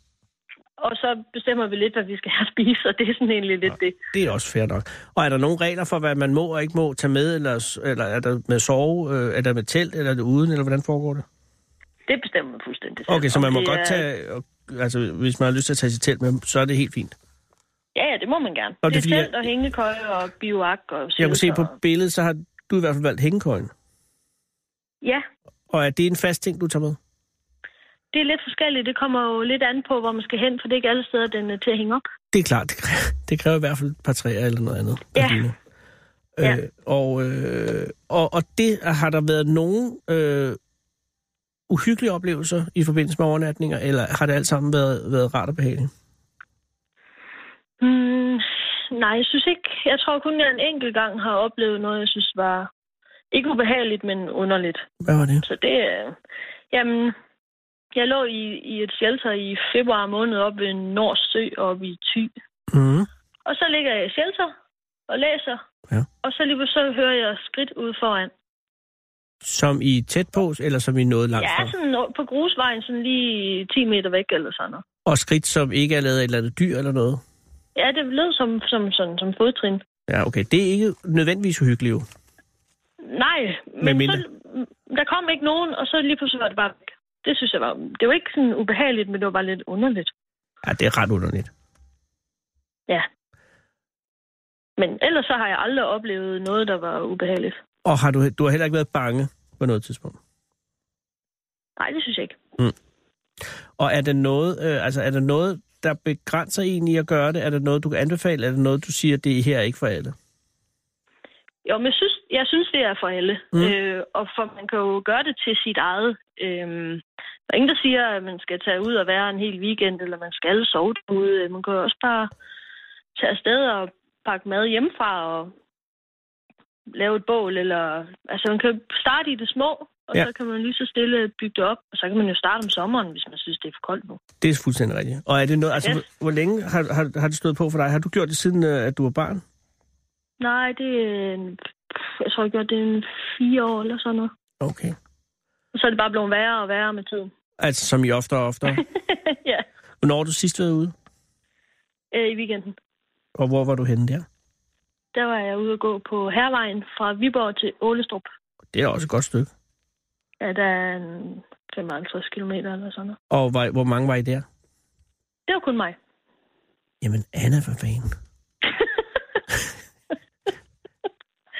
S6: og så bestemmer vi lidt, hvad vi skal have at spise, og det er sådan egentlig lidt det.
S3: Det er også fair nok. Og er der nogle regler for, hvad man må og ikke må tage med, eller, eller er der med sove, øh, er der med telt, eller er det uden, eller hvordan foregår det?
S6: Det bestemmer man fuldstændig selv.
S3: Okay, så
S6: Om
S3: man må
S6: det
S3: godt
S6: er-
S3: tage, og- altså hvis man har lyst til at tage sit telt med, så er det helt fint.
S6: Ja, ja, det må man gerne.
S3: Nå,
S6: Og
S3: det er
S6: det,
S3: fordi,
S6: er
S3: jeg-
S6: telt og hængekøj og bioak og
S3: Jeg kunne se på
S6: silke og-
S3: billedet, så har du i hvert fald valgt hængekøjen.
S6: Ja,
S3: Og er det en fast ting, du tager med?
S6: det er lidt forskelligt. Det kommer jo lidt an på, hvor man skal hen, for det er ikke alle steder, den er til at hænge op.
S3: Det er klart, det kræver, det kræver i hvert fald et par træer eller noget andet. der
S6: Ja.
S3: ligner.
S6: Ja.
S3: Øh, og, øh, og, og det har der været nogen øh, uhyggelige oplevelser i forbindelse med overnatninger, eller har det alt sammen været, været rart og behageligt?
S6: Mm, nej, jeg synes ikke. Jeg tror kun, jeg en enkelt gang har oplevet noget, jeg synes var ikke ubehageligt, men underligt.
S3: Hvad var det?
S6: Så det er... Jamen, jeg lå i, i et shelter i februar måned op ved Nordsø oppe i Thy.
S3: Mm.
S6: Og så ligger jeg i shelter og læser
S3: Ja.
S6: Og så lige pludselig så hører jeg skridt ude foran.
S3: Som i tæt på, eller som i noget langt
S6: Ja, altså-
S3: fra?
S6: sådan nå- på grusvejen, sådan lige 10 meter væk eller sådan noget.
S3: Og skridt, som ikke er lavet af et eller andet dyr eller noget?
S6: Ja, det lød som, som, sådan, som fodtrin.
S3: Ja, okay. Det er ikke nødvendigvis uhyggeligt jo.
S6: Nej,
S3: Men
S6: men
S3: mindre.
S6: så, der kom ikke nogen, og så lige pludselig var det bare væk. Det synes jeg var... Det var ikke sådan ubehageligt, men det var bare lidt underligt.
S3: Ja, det er ret underligt.
S6: Ja. Men ellers så har jeg aldrig oplevet noget, der var ubehageligt.
S3: Og har du, du har heller ikke været bange på noget tidspunkt?
S6: Nej, det synes jeg ikke.
S3: Og er det noget, øh, altså, er det noget der begrænser en i at gøre det? Er det noget, du kan anbefale? Er det noget, du siger, det her er ikke for alle?
S6: Jo, men jeg synes, jeg synes det er for alle.
S3: Mm.
S6: Mm. Øh, og for man kan jo gøre det til sit eget. Øhm, der er ingen, der siger, at man skal tage ud og være en hel weekend, eller man skal sove derude. Øh, Man kan jo også bare tage afsted og pakke mad hjemmefra og lave et bål. Eller, altså, man kan jo starte i det små, og
S3: Ja.
S6: ja. så kan man lige så stille bygge det op. Og så kan man jo starte om sommeren, hvis man synes, det er for koldt nu.
S3: Det er fuldstændig rigtigt. Og er det noget, altså,
S6: Ja.
S3: hvor, hvor længe har, har, har det stået på for dig? Har du gjort det siden, øh, at du var barn?
S6: Nej, det er... En, jeg tror, jeg gjorde det en fire år eller sådan noget.
S3: Okay.
S6: Og så er det bare blevet værre og værre med tiden.
S3: Altså, som I oftere og oftere.
S6: ja,
S3: Hvornår har du sidst været ude?
S6: øh, i weekenden.
S3: Og hvor var du henne der?
S6: Der var jeg ude at gå på Hervejen fra Viborg til Ålestrup.
S3: Det er også et godt stykke.
S6: Ja, der er en 55 km eller sådan noget.
S3: Og var, hvor mange var I der?
S6: Det var kun mig.
S3: Jamen, Anna for fanden.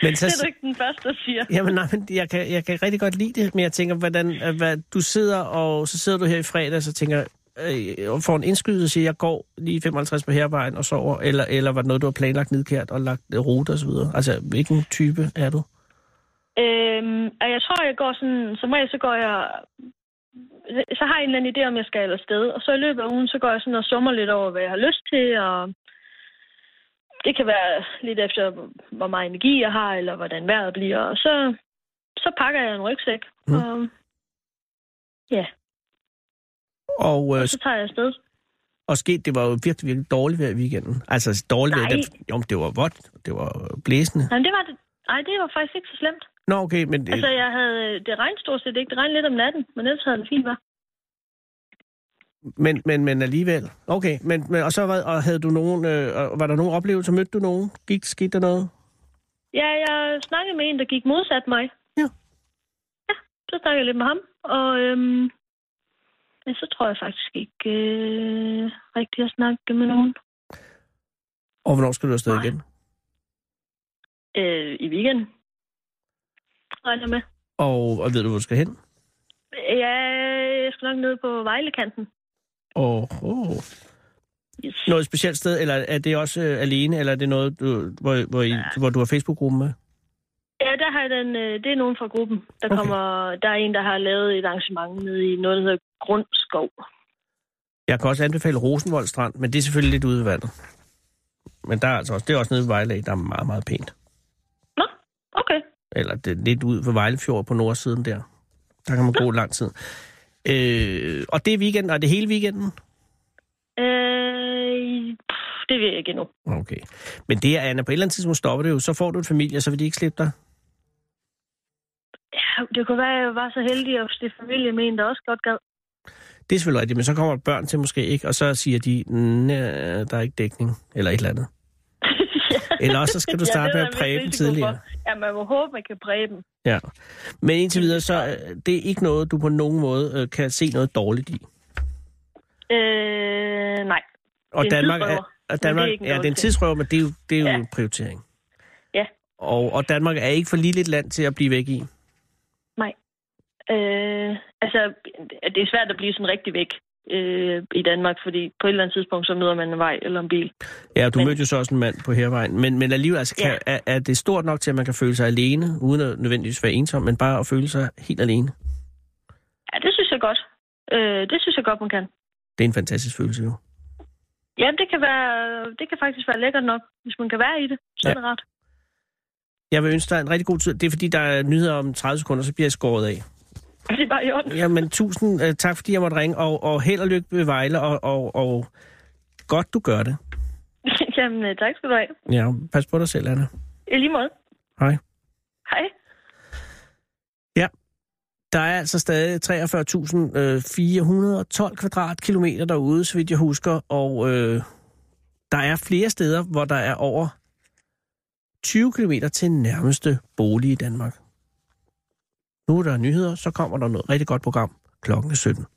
S3: men så,
S6: Det er du ikke den første, der siger.
S3: Jamen, nej, men jeg kan, jeg kan rigtig godt lide det, men jeg tænker, hvordan, øh, hvad, du sidder, og så sidder du her i fredag, så tænker øh, og får en indskydelse og siger, jeg går lige 55 på hervejen og sover, eller, eller var det noget, du har planlagt nedkært og lagt øh, rute og så videre? Altså, hvilken type er du?
S6: Øhm, og jeg tror, jeg går sådan... Som regel, så går jeg... Så har jeg en eller anden idé, om jeg skal afsted. Og så i løbet af ugen, så går jeg sådan og summer lidt over, hvad jeg har lyst til, og... Det kan være lidt efter, hvor meget energi jeg har, eller hvordan vejret bliver. Og så, så pakker jeg en rygsæk,
S3: Mm.
S6: mm. og,
S3: Og, øh,
S6: og så tager jeg afsted.
S3: og skete, det var jo virkelig, virkelig dårligt vejr i weekenden. Altså, dårligt vejr,
S6: Nej.
S3: det, jo, men det var vådt, det var blæsende.
S6: Nej, det var det. Ej, det var faktisk ikke så slemt.
S3: Nå, okay, men
S6: Altså,
S3: øh,
S6: jeg havde, det regnede stort set ikke. Det regnede lidt om natten, men ellers havde det fint, var.
S3: Men, men, men alligevel. Okay, men, men og så var, og havde du nogen, øh, og var der nogen oplevelser? Mødte du nogen? Gik, skete der noget?
S6: Ja, jeg snakkede med en, der gik modsat mig.
S3: Ja.
S6: Ja, så snakkede jeg lidt med ham, og øhm, ja, så tror jeg faktisk ikke øh, rigtig at snakke med nogen.
S3: Og hvornår skal du afsted
S6: Nej.
S3: igen?
S6: Øh, I weekenden. Regner jeg med.
S3: Og, og ved du, hvor du skal hen?
S6: Ja, jeg skal nok ned på Vejlekanten.
S3: Og, oh.
S6: Yes.
S3: Noget specielt sted, eller er det også øh, alene, eller er det noget, du, hvor, hvor, I, hvor du har Facebook-gruppen med?
S6: Ja, der har jeg den, øh, det er nogen fra gruppen. Der,
S3: Okay.
S6: okay. kommer, der er en, der har lavet et arrangement nede i noget, der hedder Grundskov.
S3: Jeg kan også anbefale Rosenvold Strand, men det er selvfølgelig lidt ude i vandet. Men der er altså også, det er også nede ved Vejle, der er meget, meget pænt.
S6: Nå, okay.
S3: eller det, er lidt ud ved Vejlefjord på nordsiden der. Der kan man gå lang tid. Øh, og det er weekenden, og det er hele weekenden?
S6: Øh, pff, det ved jeg ikke endnu.
S3: Okay. Men det er, Anna, på et eller andet tidspunkt stopper det jo, så får du en familie, og så vil de ikke slippe dig.
S6: Ja, Det kunne være, at jeg var så heldig at stifte familie med en, der også godt gad.
S3: Det er selvfølgelig rigtigt, men så kommer der børn til måske ikke, og så siger de, "Næh, der er ikke dækning, eller et eller andet. Eller også så skal du
S6: Ja,
S3: starte
S6: det
S3: med
S6: er
S3: at
S6: der
S3: præge
S6: vist
S3: dem
S6: risiko for.
S3: tidligere.
S6: Ja, man må håbe, man kan præge dem.
S3: Ja. Men indtil videre, så øh, det er ikke noget, du på nogen måde øh, kan se noget dårligt i.
S6: Øh, nej.
S3: Og
S6: Det er en
S3: Danmark
S6: tidsrøver,
S3: er, og
S6: men det er
S3: Danmark,
S6: ikke en
S3: ja, det er en
S6: dårlig ting.
S3: tidsrøver, men det er jo, det er jo
S6: Ja.
S3: en prioritering.
S6: Ja.
S3: Og, og Danmark er ikke for lille et land til at blive væk i.
S6: Øh, altså, det er svært at blive sådan rigtig væk øh, i Danmark, fordi på et eller andet tidspunkt, så møder man en vej eller en bil.
S3: Ja, du men,
S6: Men-
S3: mødte jo så også en mand på hervejen. Men, men alligevel, altså, kan, er, er det stort nok til, at man kan føle sig alene, uden at nødvendigvis være ensom, men bare at føle sig helt alene?
S6: Ja, det synes jeg godt. Øh, det synes jeg godt, man kan.
S3: Det er en fantastisk følelse jo.
S6: Ja, det kan, være, det kan faktisk være lækkert nok, hvis man kan være i det.
S3: Ja.
S6: Så er det rart.
S3: Jeg vil ønske dig en rigtig god tid. Det er fordi, der er nyheder om 30 sekunder, så bliver jeg skåret af.
S6: Det er bare i orden.
S3: Jamen, tusind uh, tak, fordi jeg måtte ringe, og, og held og lykke ved Vejle, og, og, og godt, du gør det.
S6: Jamen, øh, tak skal du have.
S3: Ja, pas på dig selv, Anna.
S6: I lige måde.
S3: Hej.
S6: Hej.
S3: Der er altså stadig øh, 43.412 kvadratkilometer derude, så vidt jeg husker, og øh, der er flere steder, hvor der er over 20 km til nærmeste bolig i Danmark. Nu er der nyheder, så kommer der noget rigtig godt program klokken er 17.